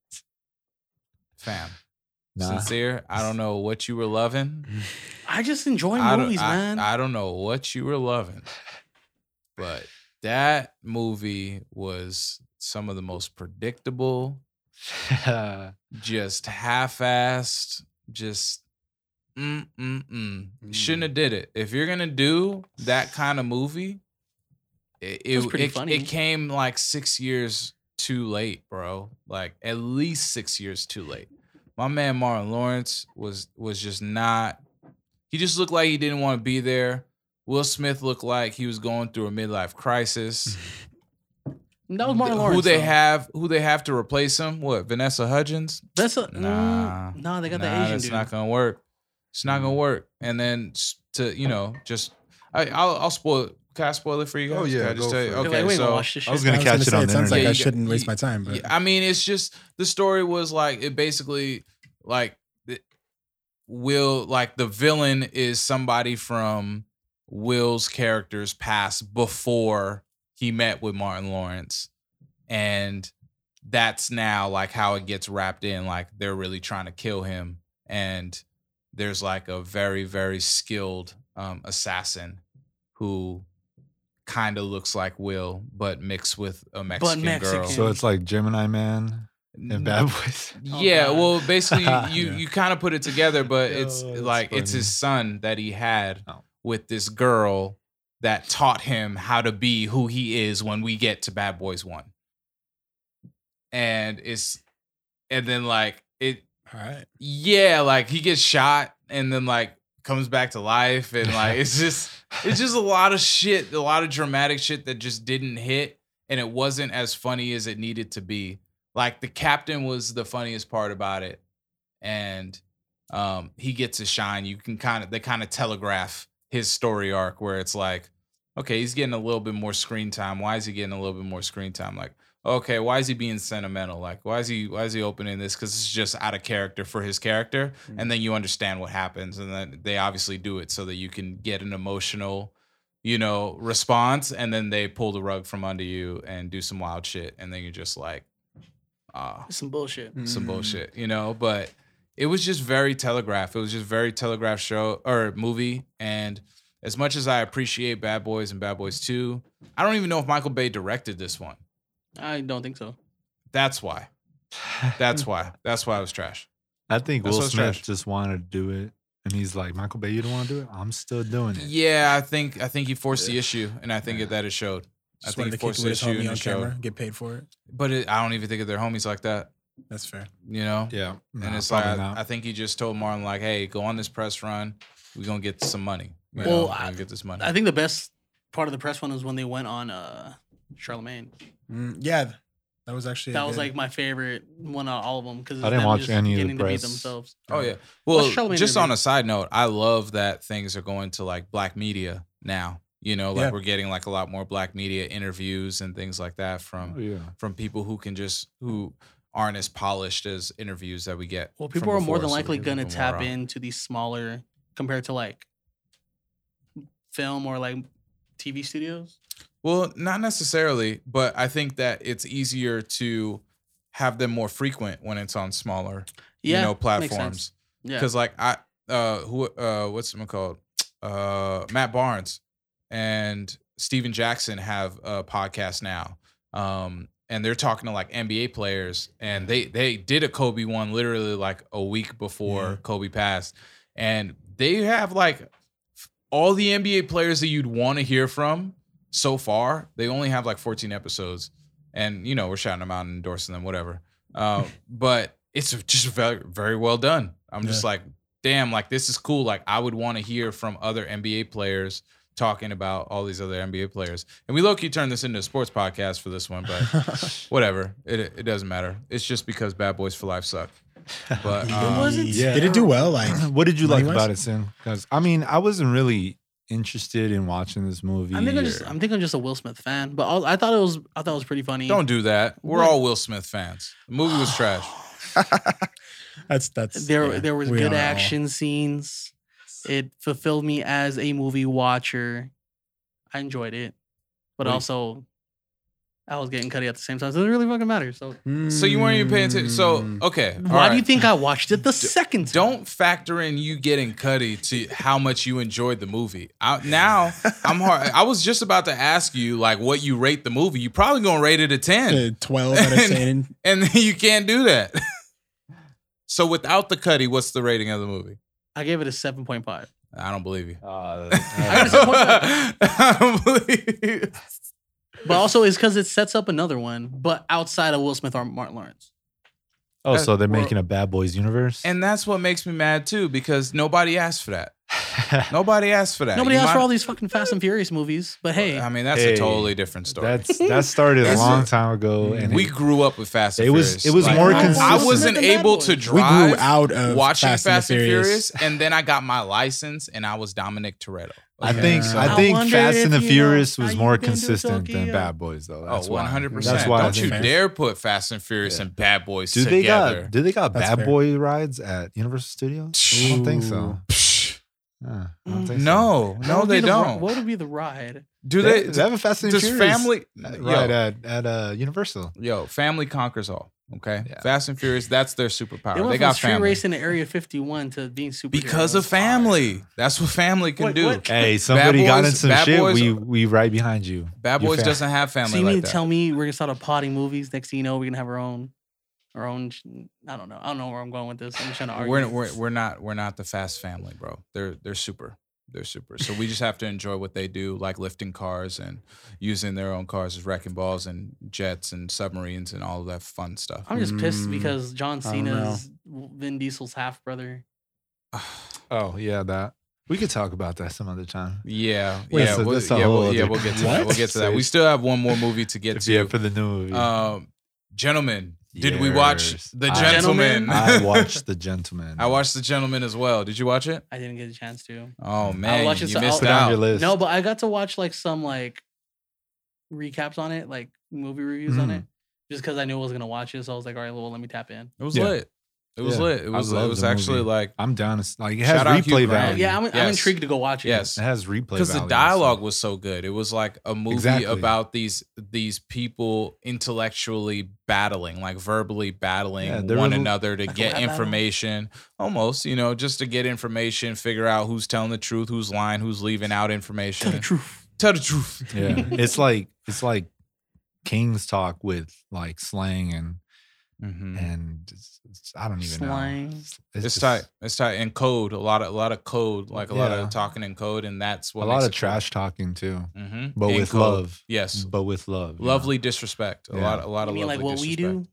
S1: Fam,
S3: Nah.
S1: sincere. I don't know what you were loving.
S2: I just enjoy
S1: I don't-
S2: movies,
S1: I-
S2: man.
S1: I don't know what you were loving, but that movie was some of the most predictable, just half-assed, just mm mm mm. You Shouldn't have did it. If you're gonna do that kind of movie, it
S2: was
S1: it,
S2: pretty
S1: it,
S2: funny.
S1: it came like six years too late, bro. Like at least six years too late. My man Martin Lawrence was was just not. He just looked like he didn't want to be there. Will Smith looked like he was going through a midlife crisis.
S2: that was Martin
S1: Th-
S2: Lawrence.
S1: Who they
S2: though.
S1: have? Who they have to replace him? What Vanessa Hudgens?
S2: That's a,
S1: Nah.
S2: nah. Nah, they got
S1: Nah,
S2: the Asian
S1: that's
S2: dude. Mm.
S1: not gonna work. It's not gonna work. And then s- to you know, just I, I'll, I'll spoil. it. Can I spoil it for you guys?
S5: Oh, yeah,
S1: Can I just tell
S5: go for
S1: you.
S5: it.
S2: They're
S1: Okay,
S2: like, we ain't gonna
S1: so
S2: watch this
S3: I was
S2: shit.
S3: gonna
S4: I was
S3: catch
S4: gonna
S3: it
S4: say,
S3: on
S4: it
S3: the
S4: sounds like
S1: Yeah,
S4: I
S1: you got-
S4: shouldn't waste
S1: you-
S4: my time, but
S1: yeah, I mean, it's just the story was like it basically like it- Will like the villain is somebody from Will's character's past before he met with Martin Lawrence, and that's now like how it gets wrapped in. Like they're really trying to kill him, and there's like a very very skilled um, assassin who kind of looks like Will, but mixed with a Mexican, girl.
S2: Mexican.
S3: *laughs* So it's like Gemini Man and Bad *laughs* Boys.
S2: Oh,
S1: Yeah,
S2: God.
S1: well,
S3: *laughs*
S1: basically, you
S3: Yeah.
S1: you kind of put it together, but it's
S3: Oh, that's
S1: like it's
S3: funny.
S1: his son that he had
S3: Oh.
S1: with this girl that taught him how to be who he is when we get to Bad Boys One, and it's and then like it,
S4: all right.
S1: yeah, like he gets shot and then like comes back to life, and like it's just it's just a lot of shit, a lot of dramatic shit that just didn't hit, and it wasn't as funny as it needed to be. Like the captain was the funniest part about it, and um, he gets a shine. You can kind of they kind of telegraph his story arc where it's like, okay, he's getting a little bit more screen time. Why is he getting a little bit more screen time? Like, okay, why is he being sentimental? Like, why is he why is he opening this? Because it's just out of character for his character. And then you understand what happens, and then they obviously do it so that you can get an emotional you know, response, and then they pull the rug from under you and do some wild shit, and then you're just like, ah,
S2: Some bullshit.
S4: Mm.
S1: some
S4: Mm-hmm.
S1: bullshit, you know. But it was just very telegraph. It was just very telegraph show or movie. And as much as I appreciate Bad Boys and Bad Boys Two, I don't even know if Michael Bay directed this one.
S2: I don't think so.
S1: That's why. That's why. That's why it was trash.
S3: I think
S1: That's
S3: Will
S1: what's
S3: Smith
S1: trash.
S3: just wanted to do it, and he's like, Michael Bay, you don't want to do it? I'm still doing it.
S1: Yeah, I think I think he forced the issue, and I think that it showed. I
S4: Just
S1: think
S4: wanted
S1: he
S4: to keep
S1: forced
S4: it
S1: the
S4: with his
S1: issue and
S4: homie on
S1: it showed.
S4: camera, get paid for it.
S1: But it, I don't even think of their homies like that,
S4: That's fair.
S1: you know.
S3: Yeah,
S1: and
S3: Nah,
S1: it's like
S3: probably
S1: I,
S3: not.
S1: I think he just told Martin like, "Hey, go on this press run. We're gonna get some money. You
S2: Well,
S1: know, we're
S2: I-
S1: gonna get this money."
S2: I think the best part of the press one was when they went on uh Charlemagne.
S4: Mm, yeah, th- that was actually a
S2: That was
S4: good- *laughs*
S2: like my favorite one out of all of them because
S3: I didn't watch any of the
S2: getting to be
S3: press.
S2: themselves.
S1: oh yeah.
S2: Let's
S1: Well,
S2: show them
S1: just
S2: interview.
S1: on a side note, I love that things are going to like black media now. You know, like
S4: Yeah.
S1: we're getting like a lot more black media interviews and things like that from
S3: Oh, yeah.
S1: from people who can just who aren't as polished as interviews that we get.
S2: Well,
S1: from
S2: people are more
S1: before,
S2: than
S1: so
S2: likely
S1: we're
S2: going to
S1: more
S2: tap
S1: raw.
S2: into these smaller compared to like film or like TV studios.
S1: Well, not necessarily, but I think that it's easier to have them more frequent when it's on smaller,
S2: Yeah,
S1: you know,
S2: makes sense.
S1: platforms.
S2: Yeah,
S1: Because like I, uh, who, uh, what's it called? Uh, Matt Barnes and Steven Jackson have a podcast now. Um, and they're talking to like NBA players, and they they did a Kobe one literally like a week before
S4: Yeah.
S1: Kobe passed, and they have like all the NBA players that you'd want to hear from so far. They only have like 14 episodes, and you know we're shouting them out and endorsing them, whatever. Uh, but it's just very very well done. I'm just like, damn, like this is cool. Like I would want to hear from other NBA players talking about all these other NBA players. And we low key turned this into a sports podcast for this one,
S4: *laughs*
S1: but whatever. It it doesn't matter. It's just because Bad Boys for Life suck. But
S4: It
S1: um,
S2: wasn't
S3: yeah.
S4: Did it do well? Like,
S3: *clears throat* what did you like
S4: Money-wise?
S3: about it, Sin? Because I mean, I wasn't really interested in watching this movie.
S2: I think I'm just
S3: or-
S2: I'm think I'm just a Will Smith fan, but all, I thought it was I thought it was pretty funny.
S1: don't do that. We're
S2: What?
S1: all Will Smith fans. The movie was trash.
S4: *laughs* that's that's
S2: there
S4: yeah,
S2: there was
S4: we
S2: good
S4: are all-
S2: action scenes. It fulfilled me as a movie watcher. I enjoyed it,
S1: What
S2: but
S1: do you-
S2: also I was getting cutty at the same time. So it doesn't really fucking matter. So
S1: So you weren't even paying attention. So
S4: Mm.
S1: okay. all
S2: why do you
S1: right.
S2: think I watched it the second time?
S1: Don't factor in you getting cutty to how much you enjoyed the movie. I, now I'm hard. I was just about to ask you like what you rate the movie. You probably gonna rate it a ten.
S4: Uh, twelve out of ten.
S1: *laughs* and then you can't do that. so without the Cuddy, what's the rating of the movie?
S2: I gave it a seven point five.
S1: I don't believe *laughs* you.
S2: *laughs* I just-
S1: *laughs* I don't believe you.
S2: But also, it's because it sets up another one, but outside of Will Smith or Martin Lawrence.
S3: oh, so they're
S1: Well-
S3: making a Bad Boys universe.
S1: And that's what makes me mad too, because nobody asked for that. Nobody asked for that.
S2: Nobody
S1: You
S2: asked for
S1: might- um,
S2: all these fucking Fast and Furious movies, but hey,
S1: I mean, that's
S3: Hey,
S1: a totally different story.
S3: That's *laughs* that started a
S1: That's
S3: long
S1: a- Mm-hmm.
S3: time ago, and
S1: we
S3: it-
S1: grew up with Fast and
S3: It was-
S1: Furious.
S3: it was more
S1: I
S3: consistent.
S1: wasn't
S2: Nothing bad
S1: able to
S2: boys.
S4: We
S1: drive
S4: grew out of
S1: watching Fast, and,
S4: the
S1: Furious, and then I got my license, and I was Dominic Toretto.
S3: I
S1: Okay?
S3: think
S4: Yeah.
S3: I
S4: I
S3: think
S2: wonder
S3: Fast and the
S2: if you know
S3: Furious
S2: how
S3: was
S2: you
S3: more
S2: been to
S3: consistent than
S2: Tokyo.
S3: Bad Boys, though. That's
S1: oh,
S3: why.
S1: 100%.
S3: That's why I
S1: Don't you
S3: think-
S1: dare put Fast and Furious
S3: Yeah.
S1: and Bad Boys
S3: Do they
S1: together.
S3: got do they got
S4: That's
S3: Bad
S4: fair.
S3: Boy rides at Universal Studios? I don't think so. Yeah, I
S2: Mm.
S3: don't think so.
S1: no,
S2: what
S1: no,
S2: would be
S1: they
S2: the ri-
S1: don't.
S2: What would be the ride?
S1: Do
S3: they,
S1: they?
S3: they have a Fast and
S1: does
S3: Furious uh,
S1: family?
S3: ride
S1: Yo,
S3: at at uh, Universal.
S1: yo, family conquers all. Okay,
S3: Yeah.
S1: Fast and Furious. That's their
S2: They
S1: superpower.
S2: went
S1: They
S2: from
S1: got
S2: street
S1: family
S2: racing to Area 51 to being super
S1: because of family. That's what family can
S2: What-
S1: do.
S2: what-
S3: *laughs* Hey, somebody
S1: Bad
S3: got
S1: Boys-
S3: in some
S1: Bad
S3: shit.
S1: Boys-
S3: we we right behind you.
S1: Bad
S3: Your
S1: Boys
S3: fam-
S1: doesn't have
S2: So
S1: family
S2: you mean
S1: like
S2: to
S1: that.
S2: tell me we're gonna start a potting movies? Next thing you know, we're gonna have our own, our own. sh- I don't know. I don't know where I'm going with this. I'm just trying to argue.
S1: we're, we're we're not we're not the fast family, bro. They're they're super. They're super. So we just have to enjoy what they do, like lifting cars and using their own cars as wrecking balls and jets and submarines and all of that fun stuff. *sighs*
S2: I'm just pissed
S4: Mm,
S2: because John
S4: I don't
S2: Cena's Vin Diesel's half brother.
S3: Oh yeah, that we could talk about that some other time.
S1: Yeah,
S3: Wait,
S1: yeah,
S3: so
S1: we'll,
S3: that's a
S1: yeah,
S3: whole
S1: we'll, yeah.
S3: other-
S1: We'll get to that.
S3: What?
S1: We'll get to that. We still have one more movie to get
S3: yeah,
S1: to.
S3: for the new movie.
S1: Um, gentlemen, did we watch
S3: Years.
S1: The
S3: I-
S1: Gentleman?
S3: I
S1: *laughs*
S3: watched The Gentleman.
S1: I watched The Gentleman as well. Did you watch it?
S2: I didn't get a chance to.
S1: Oh man,
S2: watch it,
S1: you
S2: so I'll-
S1: missed
S3: Put it on your
S1: out.
S3: list.
S2: No, but I got to watch like some like recaps on it, like movie reviews on
S3: Mm.
S2: it, just because I knew I was gonna watch it. So I was like, all right, well, let me tap in.
S1: It was
S3: Yeah.
S1: lit. It was
S3: Yeah,
S1: lit. It
S3: I
S1: was
S3: love
S1: it was
S3: the
S1: actually
S3: movie.
S1: like
S3: I'm down. It's like it has
S1: Shout out Hugh
S3: replay
S1: Grant.
S2: Yeah,
S1: Value.
S3: value.
S2: I'm, I'm
S1: Yes.
S2: intrigued to go watch it.
S1: Yes.
S3: it has replay
S1: because the
S3: value, so-
S1: dialogue *laughs* was so good. It was like a movie
S3: Exactly.
S1: about these these people intellectually battling, like verbally battling
S3: Yeah, there
S1: one
S3: was a-
S1: another to
S2: Like a
S1: get
S2: rap battle?
S1: information. Almost, you know, just to get information, figure out who's telling the truth, who's lying, who's leaving out information.
S2: Tell the truth.
S1: Tell the truth. *laughs*
S3: Yeah, it's like it's like King's talk with like slang and
S1: Mhm.
S3: and Mm-hmm. it's, it's- I don't even know.
S2: Slang.
S1: It's,
S3: just
S1: tight. It's tight. And code, a lot of a lot of code, like a lot
S3: Yeah.
S1: of talking in code, and that's
S3: A
S1: what
S3: lot of trash talking too,
S1: hmm
S3: but with love.
S1: Yes,
S3: But with love, you know?
S1: lovely disrespect. A
S3: Yeah.
S1: lot, a lot
S2: You
S1: of
S2: mean like
S1: lovely
S2: what we
S1: disrespect.
S2: do?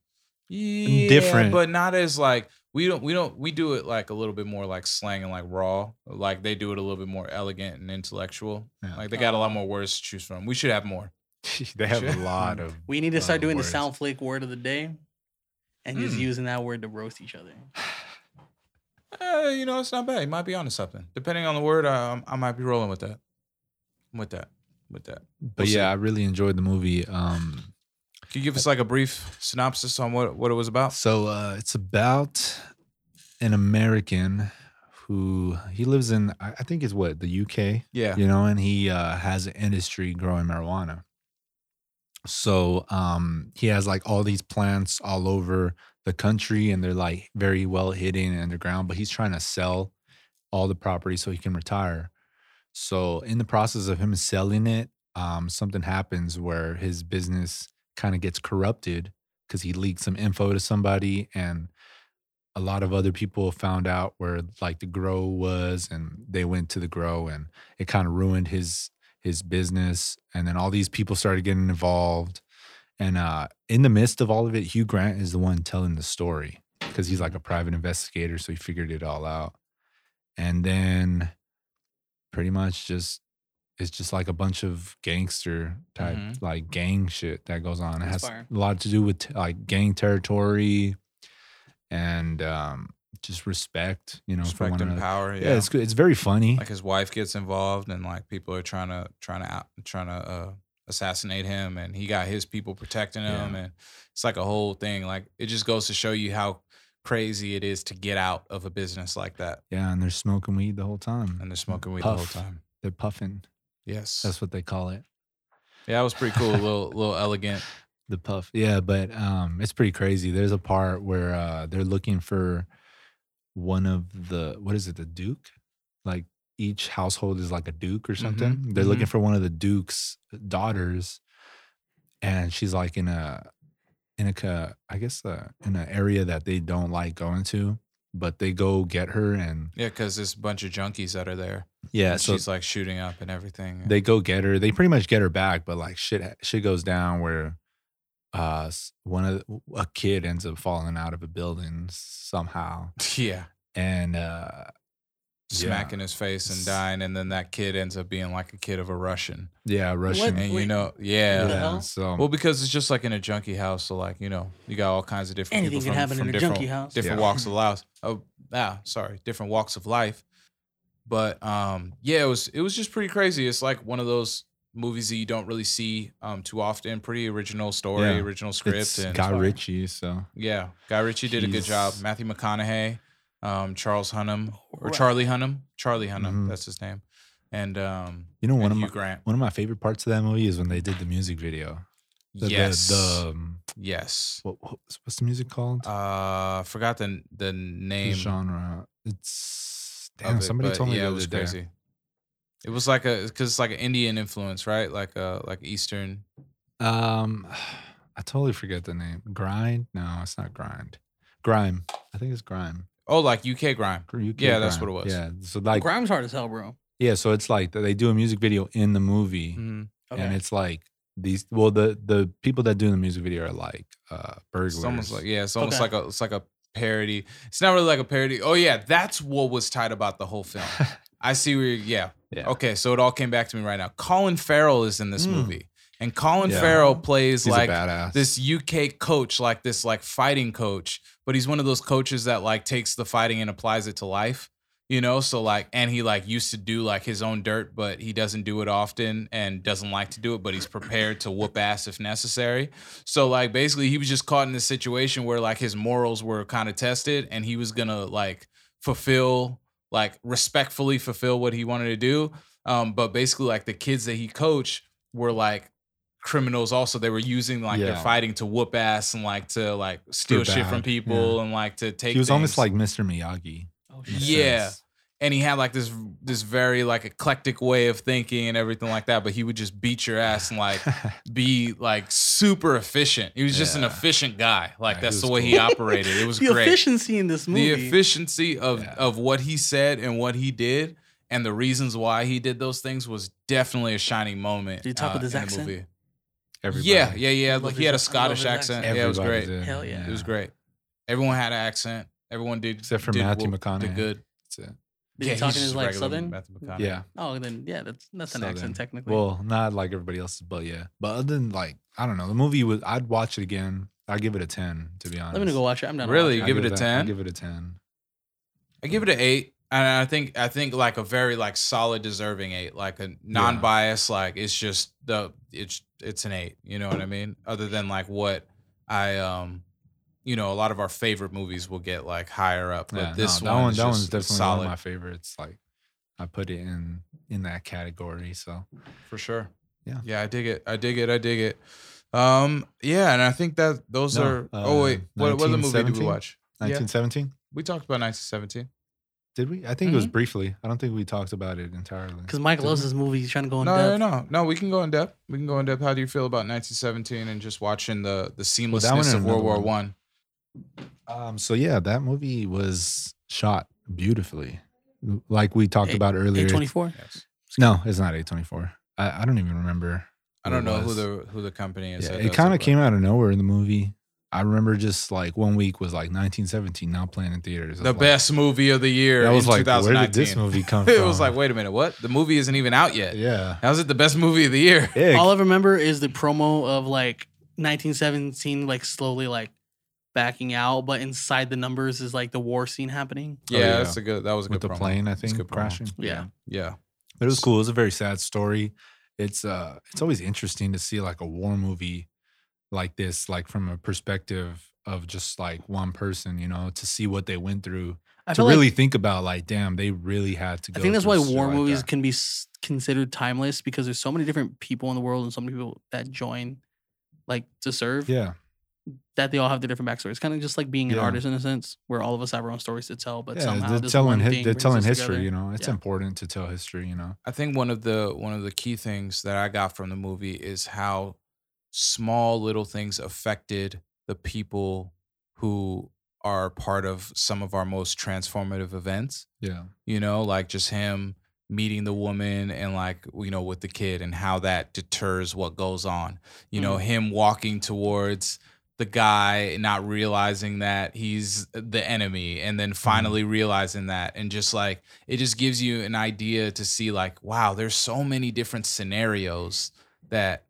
S1: yeah,
S3: different.
S1: but not as like we don't we don't we do it like a little bit more like slang and like raw. Like they do it a little bit more elegant and intellectual.
S3: Yeah.
S1: Like they got a lot more words to choose from. We should have more.
S3: *laughs* they have
S1: *laughs*
S3: a lot of.
S2: We need to
S3: Lot
S2: start
S3: of
S2: doing the
S3: words.
S2: sound flake word of the day and just
S1: Mm.
S2: using that word to roast each other.
S1: Eh, you know, it's not bad. You might be onto something. Depending on the word, um, I might be rolling with that. I'm with that. With that.
S3: But
S1: We'll
S3: yeah, I really enjoyed the movie. Um,
S1: Can you give us like a brief synopsis on what what it was about?
S3: So uh, it's about an American who he lives in. I I think it's what the UK,
S1: Yeah.
S3: you know, and he uh, has an industry growing marijuana. So um, he has like all these plants all over the country, and they're like very well hidden and underground. But he's trying to sell all the property so he can retire. So in the process of him selling it, um, something happens where his business kind of gets corrupted because he leaked some info to somebody and a lot of other people found out where like the grow was and they went to the grow and it kind of ruined his his business and then all these people started getting involved and uh in the midst of all of it hugh grant is the one telling the story because he's like a private investigator so he figured it all out and then pretty much just it's just like a bunch of gangster type
S1: Mhm.
S3: like gang shit that goes on it has
S2: Inspire.
S3: a lot to do with t- like gang territory and um just respect you know for
S1: Respect
S3: one
S1: and
S3: another
S1: power.
S3: yeah, it's good. It's very funny.
S1: like his wife gets involved and like people are trying to trying to out, trying to uh, assassinate him and he got his people protecting him
S3: Yeah.
S1: and it's like a whole thing like it just goes to show you how crazy it is to get out of a business like that
S3: yeah, and they're smoking weed the whole time.
S1: and they're smoking weed the
S3: Puff.
S1: whole time
S3: They're puffing.
S1: yes
S3: Mm, That's what they call it.
S1: yeah that was pretty
S3: *laughs*
S1: cool a little little elegant
S3: The puff. Yeah, but um it's pretty crazy. There's a part where uh they're looking for one of the what is it, the duke? Like each household is like a duke or something. They're looking for one of the duke's daughters and she's like in a in a ca- I guess uh, in an area that they don't like going to, but they go get her and
S1: yeah because there's a bunch of junkies that are there
S3: yeah,
S1: and
S3: so
S1: she's like shooting up and everything
S3: they go get her. They pretty much get her back, but like shit, shit goes down where uh s- one of the, a kid ends up falling out of a building somehow,
S1: *laughs* yeah
S3: and uh
S1: smacking his face and
S3: S-
S1: dying and then that kid ends up being like a kid of a russian
S3: yeah, Russian.
S1: and you
S2: Wait.
S1: know
S3: Yeah,
S1: yeah
S2: the hell?
S3: so um,
S1: Well, because it's just like in a junkie house, so like you know, you got all kinds of different
S2: Anything
S1: people
S2: can
S1: from,
S2: happen
S1: from
S2: in a
S1: different,
S2: junkie house.
S1: different
S3: Yeah.
S1: walks of life. Oh, ah, sorry, different walks of life. But um, yeah, it was it was just pretty crazy. It's like one of those movies that you don't really see um too often. Pretty original story,
S3: Yeah.
S1: original script,
S3: it's
S1: and
S3: Guy Ritchie. So
S1: yeah, Guy Ritchie did a good
S3: He's-
S1: job. Matthew McConaughey, um, Charles Hunnam or
S2: Right.
S1: Charlie Hunnam, Charlie Hunnam,
S3: Mhm.
S1: that's his name, and um,
S3: you know one
S1: and
S3: of
S1: Hugh
S3: my
S1: Grant.
S3: one of my favorite parts of that movie is when they did the music video. The- the-
S1: yes,
S3: the, um,
S1: yes.
S3: what, what's what's the music called?
S1: Uh, forgot the the
S3: The
S1: name.
S3: genre. It's
S1: of
S3: damn.
S1: it,
S3: somebody
S1: but
S3: told me
S1: yeah,
S3: the
S1: it
S3: other
S1: was
S3: day.
S1: crazy. It was like a because it's like an Indian influence, right? Like uh like Eastern.
S3: Um, *sighs* I totally forget the name. Grind? No, it's not grind. Grime. I think it's grime.
S1: Oh, like UK grime.
S3: Gr- UK
S1: Yeah, that's what
S3: grime.
S1: it was.
S3: Yeah. So like,
S2: Grime's hard as hell, bro.
S3: yeah. So it's like they do a music video in the movie,
S1: Mhm.
S2: Okay.
S3: and it's like these. Well, the the people that do the music video are like uh burglars.
S1: It's almost like yeah, it's almost
S2: Okay.
S1: like a it's like a parody. It's not really like a parody. Oh yeah, that's what was tight about the whole
S3: *laughs*
S1: film. I see where you're, yeah.
S3: Yeah.
S1: Okay, so it all came back to me right now. Colin Farrell is in this
S3: Mm.
S1: movie, and Colin
S3: Yeah.
S1: Farrell plays
S3: He's
S1: like
S3: a badass.
S1: this UK coach, like this like fighting coach, but he's one of those coaches that like takes the fighting and applies it to life. you know so like and he like used to do like his own dirt but he doesn't do it often and doesn't like to do it but he's prepared to whoop ass if necessary so like basically he was just caught in this situation where like his morals were kind of tested and he was gonna like fulfill like respectfully fulfill what he wanted to do um but basically like the kids that he coached were like criminals also they were using like their
S3: Yeah.
S1: fighting to whoop ass and like to like steal shit from
S3: bad,
S1: people and like to take
S3: He was almost
S1: things.
S3: like Mr. Miyagi.
S2: Oh
S3: in a
S2: shit.
S1: Yeah.
S3: sense.
S1: and he had like this this very like eclectic way of thinking and everything like that but he would just beat your ass and
S3: *laughs*
S1: like be like super efficient he was just an
S3: Yeah.
S1: efficient guy like
S3: Yeah, he
S1: that's the
S3: was
S1: way he
S2: cool.
S1: operated it
S3: *laughs*
S1: was
S2: the
S1: great
S2: efficiency in this movie.
S1: the efficiency of
S3: Yeah.
S1: of what he said and what he did and the reasons why he did those things was definitely a shining moment uh,
S2: Did he talk with his
S1: in the
S2: accent?
S1: movie.
S3: Everybody.
S1: yeah yeah yeah
S2: Love
S1: like
S2: his-
S1: he had a
S2: I love
S1: scottish
S2: his
S1: accent,
S2: accent.
S1: yeah it was
S3: Everybody
S1: great
S3: did,
S2: Hell yeah.
S1: it was great everyone had an accent everyone did
S3: Except for
S1: did
S3: Matthew
S1: what-
S3: McConaughey.
S1: did good
S3: That's it.
S2: Did he
S1: he's
S2: talk in
S1: just
S2: his like
S1: regular
S2: southern?
S1: Matthew McConaughey.
S3: Yeah.
S2: Oh, then yeah, that's that's an
S3: Southern.
S2: accent technically.
S3: Well, not like everybody else's, but yeah. But other than like, I don't know, the movie was. I'd watch it again. I'd give it a ten, to be honest.
S2: Let me go watch it. I'm not
S1: Really? You
S3: I'd
S1: give it a
S3: that- I'd
S1: 10?
S3: give it a ten.
S1: I give it an eight, and I think I think like a very like solid, deserving eight, like a non-biased, like it's just the it's it's an eight. You know what I mean? Other than like what I um, you know, a lot of our favorite movies will get like higher up, but
S3: Yeah, no,
S1: this
S3: that
S1: one,
S3: one
S1: is
S3: that
S1: just
S3: one's definitely
S1: solid
S3: one of my favorites. Like, I put it in in that category. So
S1: for sure.
S3: Yeah.
S1: yeah, I dig it. I dig it. I dig it. Um, yeah, and I think that those
S3: No,
S1: are. oh wait,
S3: uh,
S1: what what other movie did we
S3: 1917?
S1: watch? Yeah,
S3: 1917.
S1: we talked about 1917.
S3: Did we? I think it
S1: Mm-hmm.
S3: was briefly. I don't think we talked about it entirely.
S2: because Mike
S3: Did
S2: loves
S3: we?
S2: this movie. He's trying to go in
S1: No,
S2: depth.
S1: no, no, no. We can go in depth. We can go in depth. How do you feel about 1917 and just watching the the
S3: one
S1: seamlessness
S3: and
S1: of World
S3: another
S1: War
S3: one.
S1: One?
S3: Um, so yeah, that movie was shot beautifully, like we talked
S2: Eight-
S3: about earlier.
S2: A24.
S1: Yes.
S3: No, it's not A24. I, I don't even remember.
S1: I
S3: who
S1: don't
S3: it
S1: know who
S3: was.
S1: the who the company is.
S3: Yeah,
S1: that
S3: it
S1: does
S3: kind of
S1: but-
S3: came out of nowhere in the movie. I remember just like one week was like 1917 now playing in theaters. I
S1: The
S3: was like,
S1: best movie of the year.
S3: That was
S1: in
S3: like, where
S1: 2019.
S3: did this movie come from?
S1: *laughs* it was like, wait a minute, what? The movie isn't even out yet.
S3: yeah, Oh,
S1: How's it the best movie of the year? *laughs*
S3: yeah.
S2: All I remember is the promo of like 1917, like slowly like backing out, but inside the numbers is like the war scene happening.
S1: Yeah,
S3: yeah.
S1: that's a good. That was a
S3: with
S1: good
S3: the
S1: promo.
S3: plane, I
S1: It's a
S3: think,
S1: good promo.
S3: crashing.
S2: Yeah.
S1: Yeah,
S3: But it was cool. It was a very sad story. It's uh it's always interesting to see like a war movie like this, like from a perspective of just like one person, you know, to see what they went through.
S2: I
S3: to
S2: feel
S3: really
S2: like
S3: think about like, damn, they really had to go.
S2: I think that's
S3: through
S2: why
S3: shit
S2: war
S3: like
S2: movies
S3: that.
S2: can be s- considered timeless because there's so many different people in the world and so many people that join like to serve
S3: Yeah.
S2: that they all have their different backstories. Kind of just like being an
S3: Yeah.
S2: artist in a sense, where all of us have our own stories to tell, but
S3: yeah.
S2: somehow
S3: They're
S2: this
S3: telling
S2: one
S3: his,
S2: thing
S3: they're
S2: brings
S3: telling
S2: us
S3: history,
S2: together.
S3: you know. It's
S2: Yeah.
S3: important to tell history, you know.
S1: I think one of the one of the key things that I got from the movie is how small little things affected the people who are part of some of our most transformative events
S3: Yeah.
S1: you know, like just him meeting the woman and like you know with the kid and how that deters what goes on. You know, him walking towards the guy and not realizing that he's the enemy and then finally realizing that and just like it just gives you an idea to see like wow, there's so many different scenarios that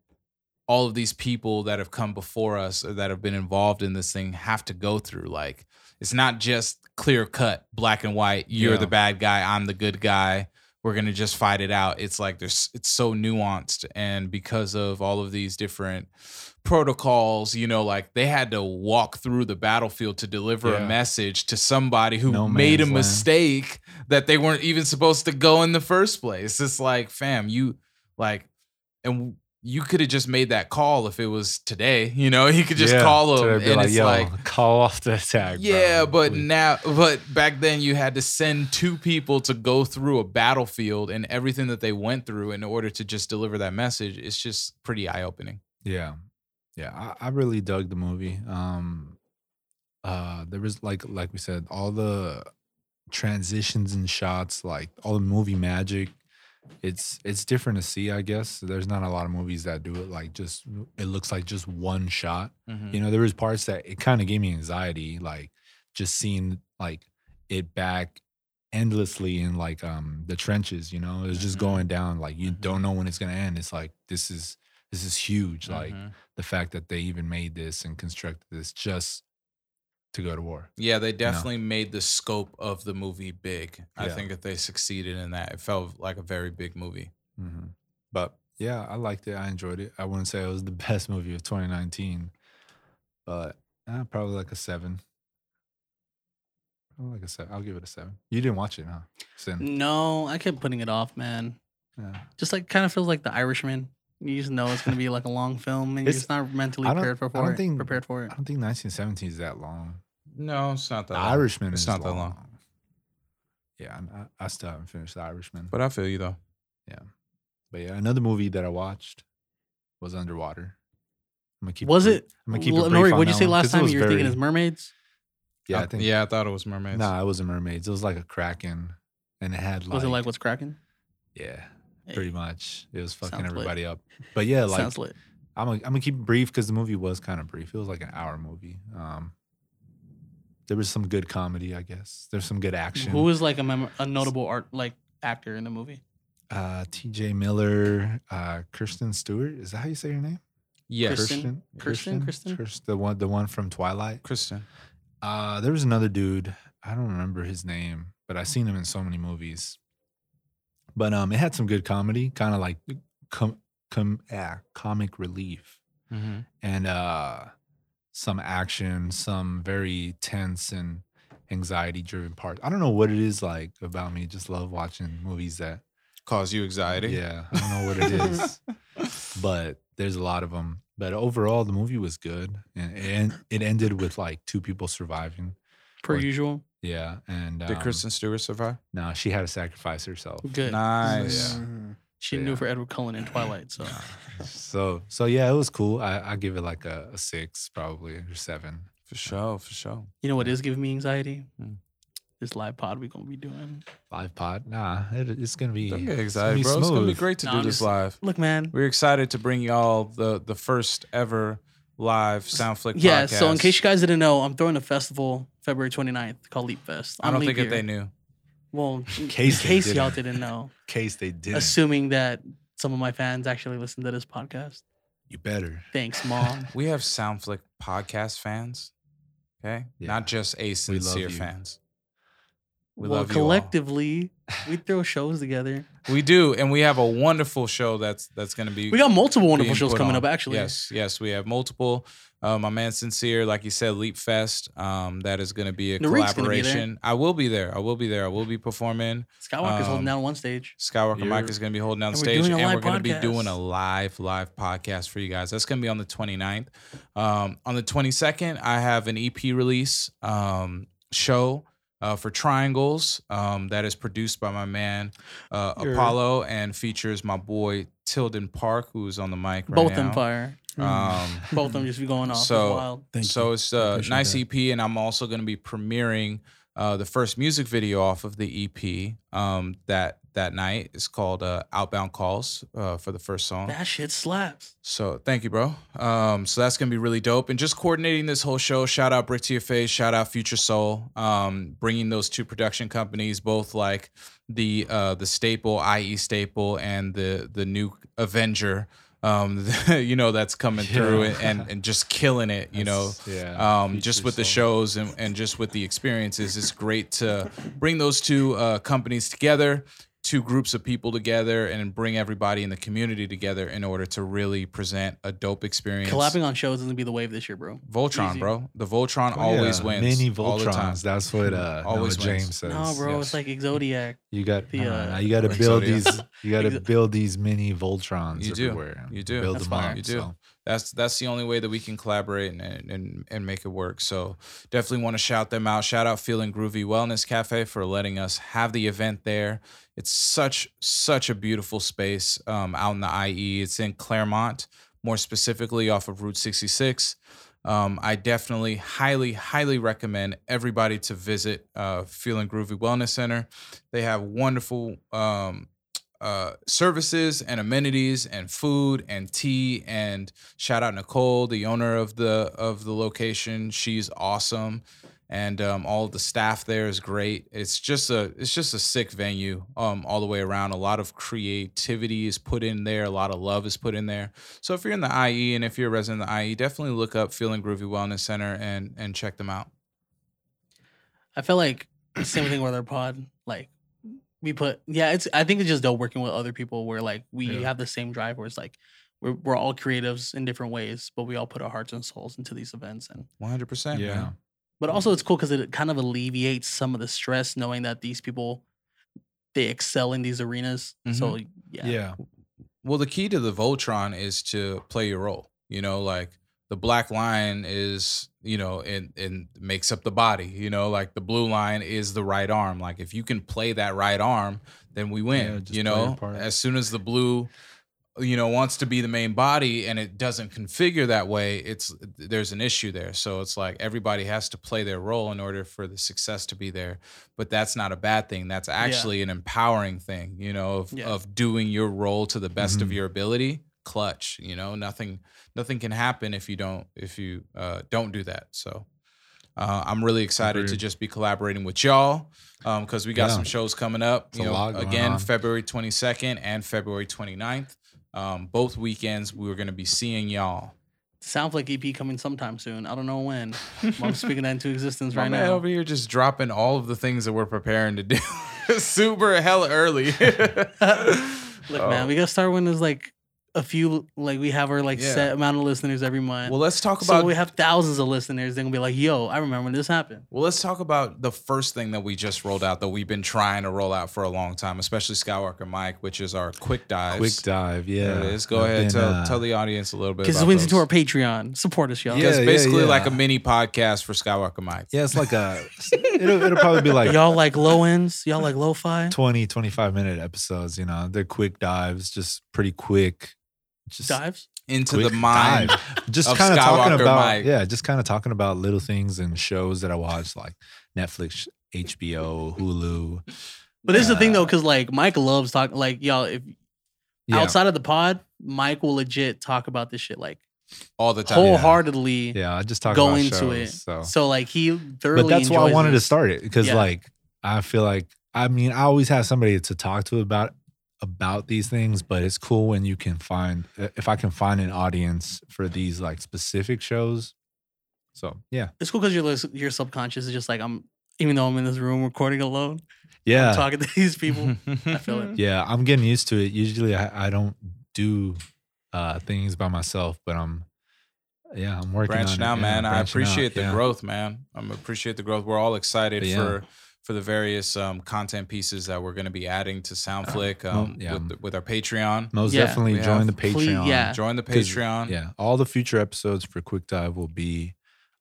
S1: all of these people that have come before us or that have been involved in this thing have to go through like it's not just clear cut black and white you're
S3: Yeah.
S1: the bad guy i'm the good guy we're going to just fight it out it's like there's it's so nuanced and because of all of these different protocols you know like they had to walk through the battlefield to deliver a
S3: Yeah.
S1: message to somebody who
S3: No
S1: made a
S3: man's land.
S1: mistake that they weren't even supposed to go in the first place it's like fam you like and you could have just made that call if it was today. *laughs* You know, you could just
S3: Yeah,
S1: call
S3: so
S1: them,
S3: they'd
S1: and
S3: be *laughs* like,
S1: it's
S3: "Yo,
S1: like,
S3: call off the attack. bro,
S1: yeah, but
S3: please."
S1: now, but back then you had to send two people to go through a battlefield and everything that they went through in order to just deliver that message. It's just pretty eye opening.
S3: Yeah. Yeah. I, I really dug the movie. Um uh there was like like we said, all the transitions and shots, like all the movie magic. It's it's different to see, I guess. There's not a lot of movies that do it like just it looks like just one shot.
S1: Mm-hmm.
S3: You know, there was parts that it kind of gave me anxiety, like just seeing like it back endlessly in like um the trenches, you know, it was just
S1: Mhm.
S3: going down. Like you
S1: Mhm.
S3: don't know when it's gonna end. It's like this is this is huge. Like
S1: Mhm.
S3: the fact that they even made this and constructed this just to go to war.
S1: Yeah, they definitely made the scope of the movie big. I
S3: Yeah.
S1: think that they succeeded in that. It felt like a very big movie.
S3: hmm But yeah, I liked it. I enjoyed it. I wouldn't say it was the *laughs* best movie of 2019, but uh, probably like a seven. Probably like a seven. I'll give it a seven. You didn't watch it, huh? Sin.
S2: No, I kept putting it off, man.
S3: Yeah.
S2: Just like kind of feels like The Irishman. You just know it's gonna be like a long film, and you're
S3: It's-
S2: just not mentally
S3: I don't-
S2: prepared for,
S3: I don't
S2: for it.
S3: think-
S2: prepared for it.
S3: I don't think 1917 is that long.
S1: No, it's not that.
S3: The
S1: long.
S3: Irishman
S1: It's
S3: is
S1: not that
S3: long.
S1: long.
S3: Yeah, I'm- I, I still haven't finished The Irishman. But,
S1: But I feel you though.
S3: yeah, another movie that I watched was Underwater. I'm gonna keep.
S2: Was
S3: brief-
S2: it-
S3: I'm gonna keep
S2: Well,
S3: it brief
S2: Nori,
S3: on
S2: what'd you
S3: that
S2: say
S3: one,
S2: last
S3: 'cause it
S2: time?
S3: was
S2: You were thinking
S3: very-
S2: it's mermaids.
S3: Oh, Yeah, I think.
S1: yeah, I thought it was mermaids.
S3: No, it wasn't mermaids. It was like a kraken, and it had like.
S2: was it like what's cracking?
S3: Yeah, pretty much. It was fucking
S2: sounds lit.
S3: everybody up. But yeah,
S2: *laughs*
S3: like
S2: Sounds lit.
S3: I'm gonna, I'm gonna keep it brief because the movie was kind of brief. It was like an hour movie. Um, there was some good comedy, I guess. There's some good action.
S2: Who was like a, mem- a notable art like actor in the movie?
S3: uh, T.J. Miller, uh, Kirsten Stewart. Is that how you say her name?
S1: yes,
S2: Kristen-
S1: Kristen.
S2: Kirsten? Kirsten?
S3: Kirst- the one, the one from Twilight. Uh, there was another dude. I don't remember his name, but I've seen him in so many movies. But um, it had some good comedy, kind of like uh, com- com- yeah, comic relief,
S1: Mhm.
S3: and uh, some action, some very tense and anxiety-driven parts. I don't know what it is like about me. Just love watching movies that
S1: Cause you anxiety.
S3: yeah, I don't know what it is, but there's a lot of them. But overall, the movie was good, and, and it ended with like two people surviving.
S2: Per
S3: Or-
S2: usual,
S3: Yeah, and um,
S1: Did Kristen Stewart survive?
S3: No, she had to sacrifice herself. *laughs*
S2: good.
S1: Nice.
S3: Yeah.
S4: Mhm.
S2: she
S3: so
S2: knew
S3: yeah.
S2: for Edward Cullen in Twilight, so
S3: So, so yeah, it was cool. I, I give it like a, a six, probably or seven.
S1: For sure. For sure.
S2: you know what is giving me anxiety.
S1: Mm.
S2: This live pod we gonna be doing.
S3: Live pod, nah, it, it's gonna be
S1: Don't
S3: it's
S1: get
S3: gonna
S1: excited, bro. It's gonna be
S3: smooth.
S1: great to
S2: No,
S1: do
S2: I'm
S1: this
S2: just-
S1: live.
S2: Look, man.
S1: We're excited to bring y'all the the first ever live Soundflick
S2: Yeah.
S1: podcast.
S2: So in case you guys didn't know, I'm throwing a festival February 29th called Leap Fest.
S1: I
S2: on
S1: don't
S2: leap
S1: think that
S2: year.
S1: they knew.
S2: Well, in
S3: case
S2: case,
S3: they
S2: y'all
S3: didn't.
S1: *laughs*
S2: didn't know,
S3: Case they didn't,
S2: assuming that some of my fans actually listen to this podcast.
S3: you better.
S2: Thanks, mom.
S1: We have Soundflick podcast fans. Okay.
S3: Yeah.
S1: Not just a
S3: love
S1: sincere
S3: you.
S1: fans. *laughs* We
S2: well,
S1: love you all.
S2: collectively, we throw shows together.
S1: We do, and we have a wonderful show that's that's gonna be
S2: We got multiple wonderful
S1: being
S2: shows
S1: put
S2: coming
S1: on.
S2: up, actually.
S1: Yes, yes, we have multiple. Uh, my man Sincere, like you said, Leap Fest. Um, that is going to be a
S2: Nareek's gonna be there.
S1: collaboration. I will be there. I will be there. I will be performing.
S2: Skywalker's
S1: Um,
S2: holding down one stage.
S1: Skywalker Mike
S3: You're-
S1: is going to be holding down the
S2: And we're
S1: stage,
S2: doing a
S1: and
S2: live
S1: we're going to be
S2: podcast.
S1: doing a live, live podcast for you guys. That's going to be on the 29th. Um, on the 22nd, I have an EP release um, show uh, for Triangles um, that is produced by my man uh,
S2: You're-
S1: Apollo and features my boy Tilden Park, who's on the mic right now.
S2: Both of
S1: *laughs*
S2: them fire.
S1: Um,
S2: Both of them just be going off. It's
S1: So-
S2: wild.
S4: Thank
S1: so
S4: you.
S1: it's
S4: I
S1: a
S4: appreciate
S1: nice
S4: that.
S1: EP, and I'm also going to be premiering uh, the first music video off of the EP um, that that night. It's called uh, "Outbound Calls" uh, for the first song.
S2: That shit slaps.
S1: So thank you, bro. Um, so that's gonna be really dope. And just coordinating this whole show. Shout out Brick to Your Face. Shout out Future Soul. Um, bringing those two production companies, both like the uh, the staple, IE staple, and the the new Avenger. Um, *laughs* you know that's coming
S3: Yeah.
S1: through and, and and just killing it. You know,
S3: That's- yeah,
S1: um, just
S3: Future
S1: with the
S3: Soul.
S1: shows and, and just with the experiences. It's great to bring those two uh, companies together, two groups of people together, and bring everybody in the community together in order to really present a dope experience.
S2: Collabing on shows is gonna be the wave this year, bro.
S1: Voltron,
S2: Easy.
S1: bro. The Voltron always
S3: Oh, Yeah,
S1: wins.
S3: Many
S1: all the time.
S3: Voltrons. That's what
S1: *laughs*
S3: uh,
S1: Always
S3: always
S1: wins.
S3: James says.
S2: No, bro,
S1: yes.
S2: it's like Exodiac.
S3: You got
S2: The,
S3: no, no,
S2: uh,
S3: no, you got to
S1: Exodia.
S3: build these. You got to
S2: Exa-
S3: build these mini Voltrons
S1: You do.
S3: everywhere.
S1: You do.
S3: build
S2: That's
S3: them
S2: fire.
S3: up.
S1: You do.
S3: so.
S1: that's that's the only way that we can collaborate and and, and make it work. So definitely want to shout them out. Shout out Feeling Groovy Wellness Cafe for letting us have the event there. It's such such a beautiful space um, out in the IE. It's in Claremont, more specifically off of Route 66. Um, I definitely highly highly recommend everybody to visit uh, Feeling Groovy Wellness Center. They have wonderful um, uh, services and amenities and food and tea and shout out Nicole, the owner of the of the location. She's awesome, and um, all the staff there is great. It's just a it's just a sick venue um, all the way around. A lot of creativity is put in there. A lot of love is put in there. So if you're E, in the IE and if you're a resident of the IE, definitely look up Feeling Groovy Wellness Center and and check them out.
S2: I feel like the same thing with our pod. Like we put, yeah, it's. I think it's just dope working with other people where like we
S3: Yeah.
S2: have the same drive. Where it's like we're we're all creatives in different ways, but we all put our hearts and souls into these events. And
S1: One hundred percent.
S3: yeah.
S1: Yeah.
S2: but
S1: Mm-hmm.
S2: also it's cool because it kind of alleviates some of the stress knowing that these people they excel in these arenas. So
S1: Mm-hmm.
S2: yeah,
S3: Yeah.
S1: Well, the key to the Voltron is to play your role. You know, like the black line is, you know, and and makes up the body. You know, like the blue line is the right arm. Like if you can play that right arm, then we
S3: Yeah,
S1: win.
S3: just
S1: you
S3: play your
S1: know,
S3: part.
S1: as soon as the blue, you know, wants to be the main body and it doesn't configure that way, it's there's an issue there. So it's like everybody has to play their role in order for the success to be there but that's not a bad thing. That's actually an empowering thing, you know, of,
S2: Yeah.
S1: of doing your role to the best of
S3: Mhm.
S1: your ability. Clutch, you know, nothing nothing can happen if you don't if you uh, don't do that. So uh, I'm really excited to
S3: Agreed.
S1: just be collaborating with y'all because we got
S3: Yeah.
S1: some shows coming up.
S3: It's
S1: you
S3: a
S1: know,
S3: lot going
S1: again,
S3: on.
S1: February 22nd and February 29th. Um, both weekends, we are going to be seeing y'all.
S2: Soundflick EP E coming sometime soon. I don't know when. but I'm speaking that into
S1: *laughs*
S2: existence
S1: My
S2: right
S1: man
S2: now.
S1: over here just dropping all of the things that we're preparing to do *laughs* super hella early.
S2: *laughs* Look,
S1: Oh.
S2: man, we gotta start when there's like a few, like we have our like
S1: Yeah.
S2: set amount of listeners every month.
S1: Well, let's talk
S2: so
S1: about
S2: when we have thousands of listeners. They're gonna be like, "Yo, I remember when this happened."
S1: well, let's talk about the first thing that we just rolled out that we've been trying to roll out for a long time, especially Skywalker Mike, which is our quick dives.
S3: Quick dive.
S1: There
S3: Yeah.
S1: it is. Go
S3: I've
S1: ahead,
S3: been,
S1: tell
S3: uh,
S1: tell the audience a little bit.
S2: Because
S1: Because
S2: this went into our Patreon. Support us, y'all.
S1: yeah, it's
S3: Yeah, yeah,
S1: basically like
S3: yeah.
S1: a mini podcast for Skywalker Mike.
S3: Yeah, it's like a, *laughs* it'll, it'll probably be like
S2: Y'all like low ends. Y'all
S1: *laughs*
S2: like lo-fi.
S3: 20, 25 minute episodes. You know, they're quick dives, just pretty quick. Just
S2: Dives.
S1: Into
S3: quick
S1: the mind.
S3: dive. Just
S1: of
S3: kind of talking
S1: Skywalker
S3: about,
S1: Mike.
S3: yeah, just kind of talking about little things and shows that I watch, like Netflix, HBO, Hulu.
S2: But this is the thing
S3: Uh,
S2: though, because like Mike loves talking. Like y'all, if
S3: Yeah.
S2: outside of the pod, Mike will legit talk about this shit like
S1: all the time. *laughs*
S2: wholeheartedly.
S3: Yeah, I just talk
S2: Go
S3: about
S2: into
S3: shows,
S2: it.
S3: So,
S2: So like he thoroughly.
S3: but that's why I
S2: enjoys
S3: wanted
S2: this.
S3: to start it because,
S2: Yeah.
S3: like, I feel like I mean, I always have somebody to talk to about about these things, but it's cool when you can find uh, if I can find an audience for these like specific shows. So yeah,
S2: It's cool because your lis- your subconscious is just like I'm. Even though I'm in this room recording alone,
S3: yeah, Mm-hmm.
S2: I'm talking to *laughs* these people. I
S1: I
S2: feel it.
S3: yeah. I'm getting used to it. Usually, I, I don't do uh things by myself, but I'm yeah, I'm working on
S1: branching
S3: it,
S1: out,
S3: yeah,
S1: man.
S3: branching
S1: I
S3: out,
S1: appreciate the
S3: yeah.
S1: growth, man. I am appreciate the growth. We're all excited
S3: But yeah.
S1: for for the various um, content pieces that we're going to be adding to SoundFlick um,
S3: Uh, Well, yeah.
S1: with, with our Patreon.
S3: Most
S2: Yeah.
S3: definitely
S1: We
S3: join
S1: have-
S3: the
S2: Please-
S3: Patreon.
S2: yeah.
S1: Join the
S3: 'Cause,
S1: Patreon.
S3: Yeah, all the future episodes for Quick Dive will be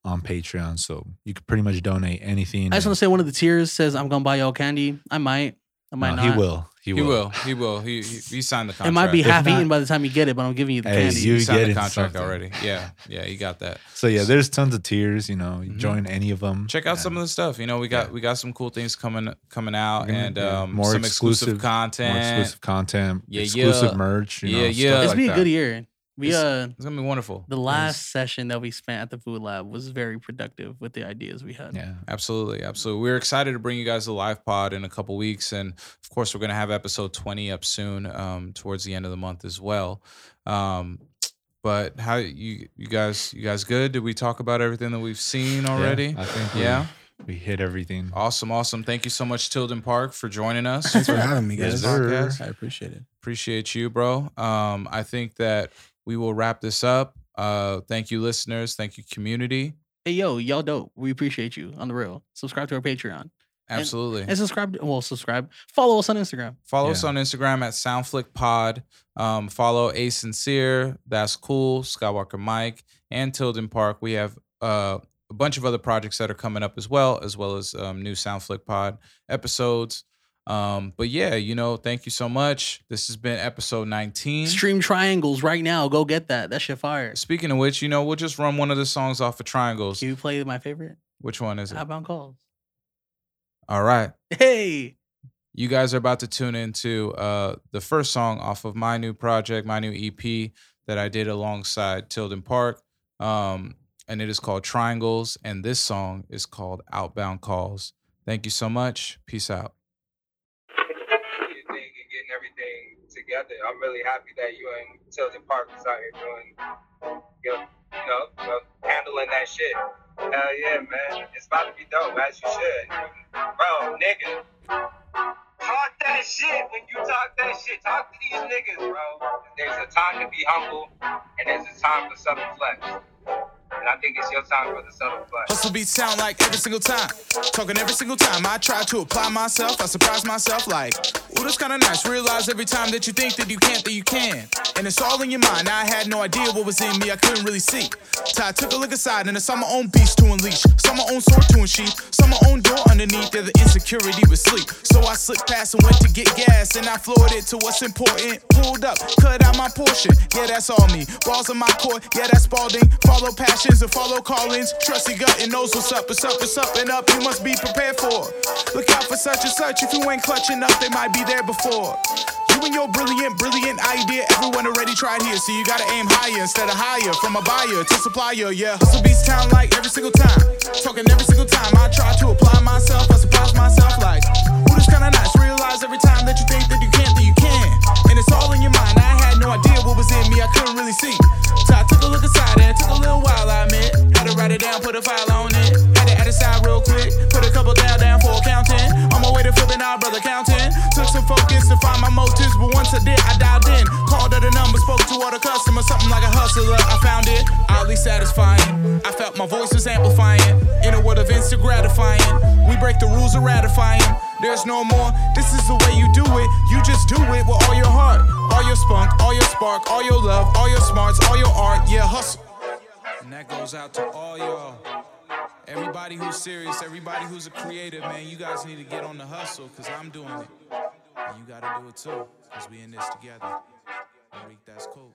S3: on Patreon, so you could pretty much donate anything.
S2: I just
S3: and-
S2: want to say one of the tiers says I'm gonna buy y'all candy. I might. I might
S3: No,
S2: not.
S3: uh, He will. He,
S1: He
S3: will.
S1: will. He will. He he, he signed the contract.
S2: It might be
S3: If
S2: half
S3: not-
S2: eaten by the time you get it, but I'm giving you the
S3: Hey,
S2: candy.
S1: He
S3: you
S1: signed the
S3: getting
S1: contract
S3: something.
S1: already. Yeah, yeah, you got that.
S3: So yeah, there's tons of tiers. You know, you
S1: Mhm.
S3: join any of them.
S1: Check out some of the stuff. You know, we got we got some cool things coming coming out
S3: We're gonna-
S1: and
S3: yeah,
S1: um,
S3: more
S1: some exclusive,
S3: exclusive-
S1: content.
S3: exclusive content.
S1: Yeah,
S3: exclusive
S1: yeah.
S3: merch. You
S1: Yeah,
S3: know,
S1: yeah.
S3: stuff
S2: It's
S1: like
S2: been a
S3: that.
S2: good year. We
S1: It's-
S2: uh
S1: It's gonna be wonderful.
S2: the last session that we spent at the food lab was very productive with the ideas we had.
S3: Yeah.
S1: Absolutely, absolutely. We're excited to bring you guys the live pod in a couple weeks, and of course, we're going to have episode twenty up soon, um, towards the end of the month as well. Um, but how you you guys you guys good? Did we talk about everything that we've seen already?
S3: I think. We,
S1: Yeah.
S3: We hit everything.
S1: Awesome, awesome. Thank you so much, Tilden Park, for joining us.
S2: *laughs*
S1: *laughs*
S4: Thanks for having me,
S1: Yes,
S4: guys.
S3: sir.
S4: I appreciate it.
S1: Appreciate you, bro. Um, I think that we will wrap this up. Uh, thank you, listeners. Thank you, community.
S2: Hey yo, y'all dope. We appreciate you on the real. Subscribe to our Patreon.
S1: Absolutely.
S2: And subscribe well, subscribe. Follow us on Instagram.
S1: Follow
S3: Yeah.
S1: us on Instagram at SoundflickPod. Um, follow A Sincere, That's Cool, Skywalker Mike, and Tilden Park. We have uh, a bunch of other projects that are coming up as well, as well as um, new SoundFlick Pod episodes. Um, but yeah, you know, thank you so much. This has been episode
S3: Mm-hmm.
S1: 19.
S2: Stream triangles right now. Go get that. That shit fire.
S1: Speaking of which, you know, we'll just run one of the songs off of Triangles.
S2: Can you play my favorite?
S1: Which one is it?
S2: Outbound calls.
S1: All right.
S2: Hey.
S1: you guys are about to tune into uh, the first song off of my new project, my new EP that I did alongside Tilden Park. Um, and it is called Triangles. And this song is called Outbound Calls. Thank you so much. Peace out.
S5: your thing and getting everything together. I'm really happy that you and Tilden Park is out here doing, you know, you know, handling that shit. Hell yeah, man. It's about to be dope, as you should. Bro, nigga. Talk that shit when you talk that shit. Talk to these niggas, bro. There's a time to be humble, and there's a time for self-flex. And I think it's your time for the self-flex.
S1: Hustle beats sound like every single time. Talking every single time. I try to apply myself. I surprise myself like, ooh, that's kinda nice. Realize every time that you think that you can't, that you can. And it's all in your mind. I had no idea what was in me. I couldn't really see. So I took a look aside and I saw my own beast to unleash. Saw my own sword to unsheath. Saw my own door underneath. There the insecurity was sleep. So I slipped past and went to get gas. And I floored it to what's important. Pulled up, cut out my portion. Yeah, that's all me. Balls in my court. Yeah, that's Spalding. Follow passions and follow callings. Trusty gut and knows what's up. What's up, what's up, and up. You must be prepared for. Look out for such and such. If you ain't clutching up, they might be there before. You and your brilliant, brilliant idea. Everyone already tried here, so you gotta aim higher instead of higher. From a buyer to supplier, yeah. Hustle beats town like every single time. Talking every single time. I try to apply myself. I surprise myself like, ooh, this kinda nice. Realize every time that you think that you can't, that you can. And it's all in your mind. I had no idea what was in me. I couldn't really see. So I took a look aside and it took a little while. I admit, had to write it down, put a file on it. Had to add a side real quick. Put a couple down, down for accounting. On my way to flipping out, brother counting. Took some focus to find my motives, but once I did, I dialed in. Called at a number, spoke to all the customers, something like a hustler. I found it oddly satisfying. I felt my voice was amplifying. In a world of instant gratifying, we break the rules of ratifying. There's no more. This is the way you do it. You just do it with all your heart, all your spunk, all your spark, all your love, all your smarts, all your art. Yeah, hustle. And that goes out to all y'all. Everybody who's serious, everybody who's a creative, man, you guys need to get on the hustle because I'm doing it. And you got to do it too because we in this together. Enrique, that's cool.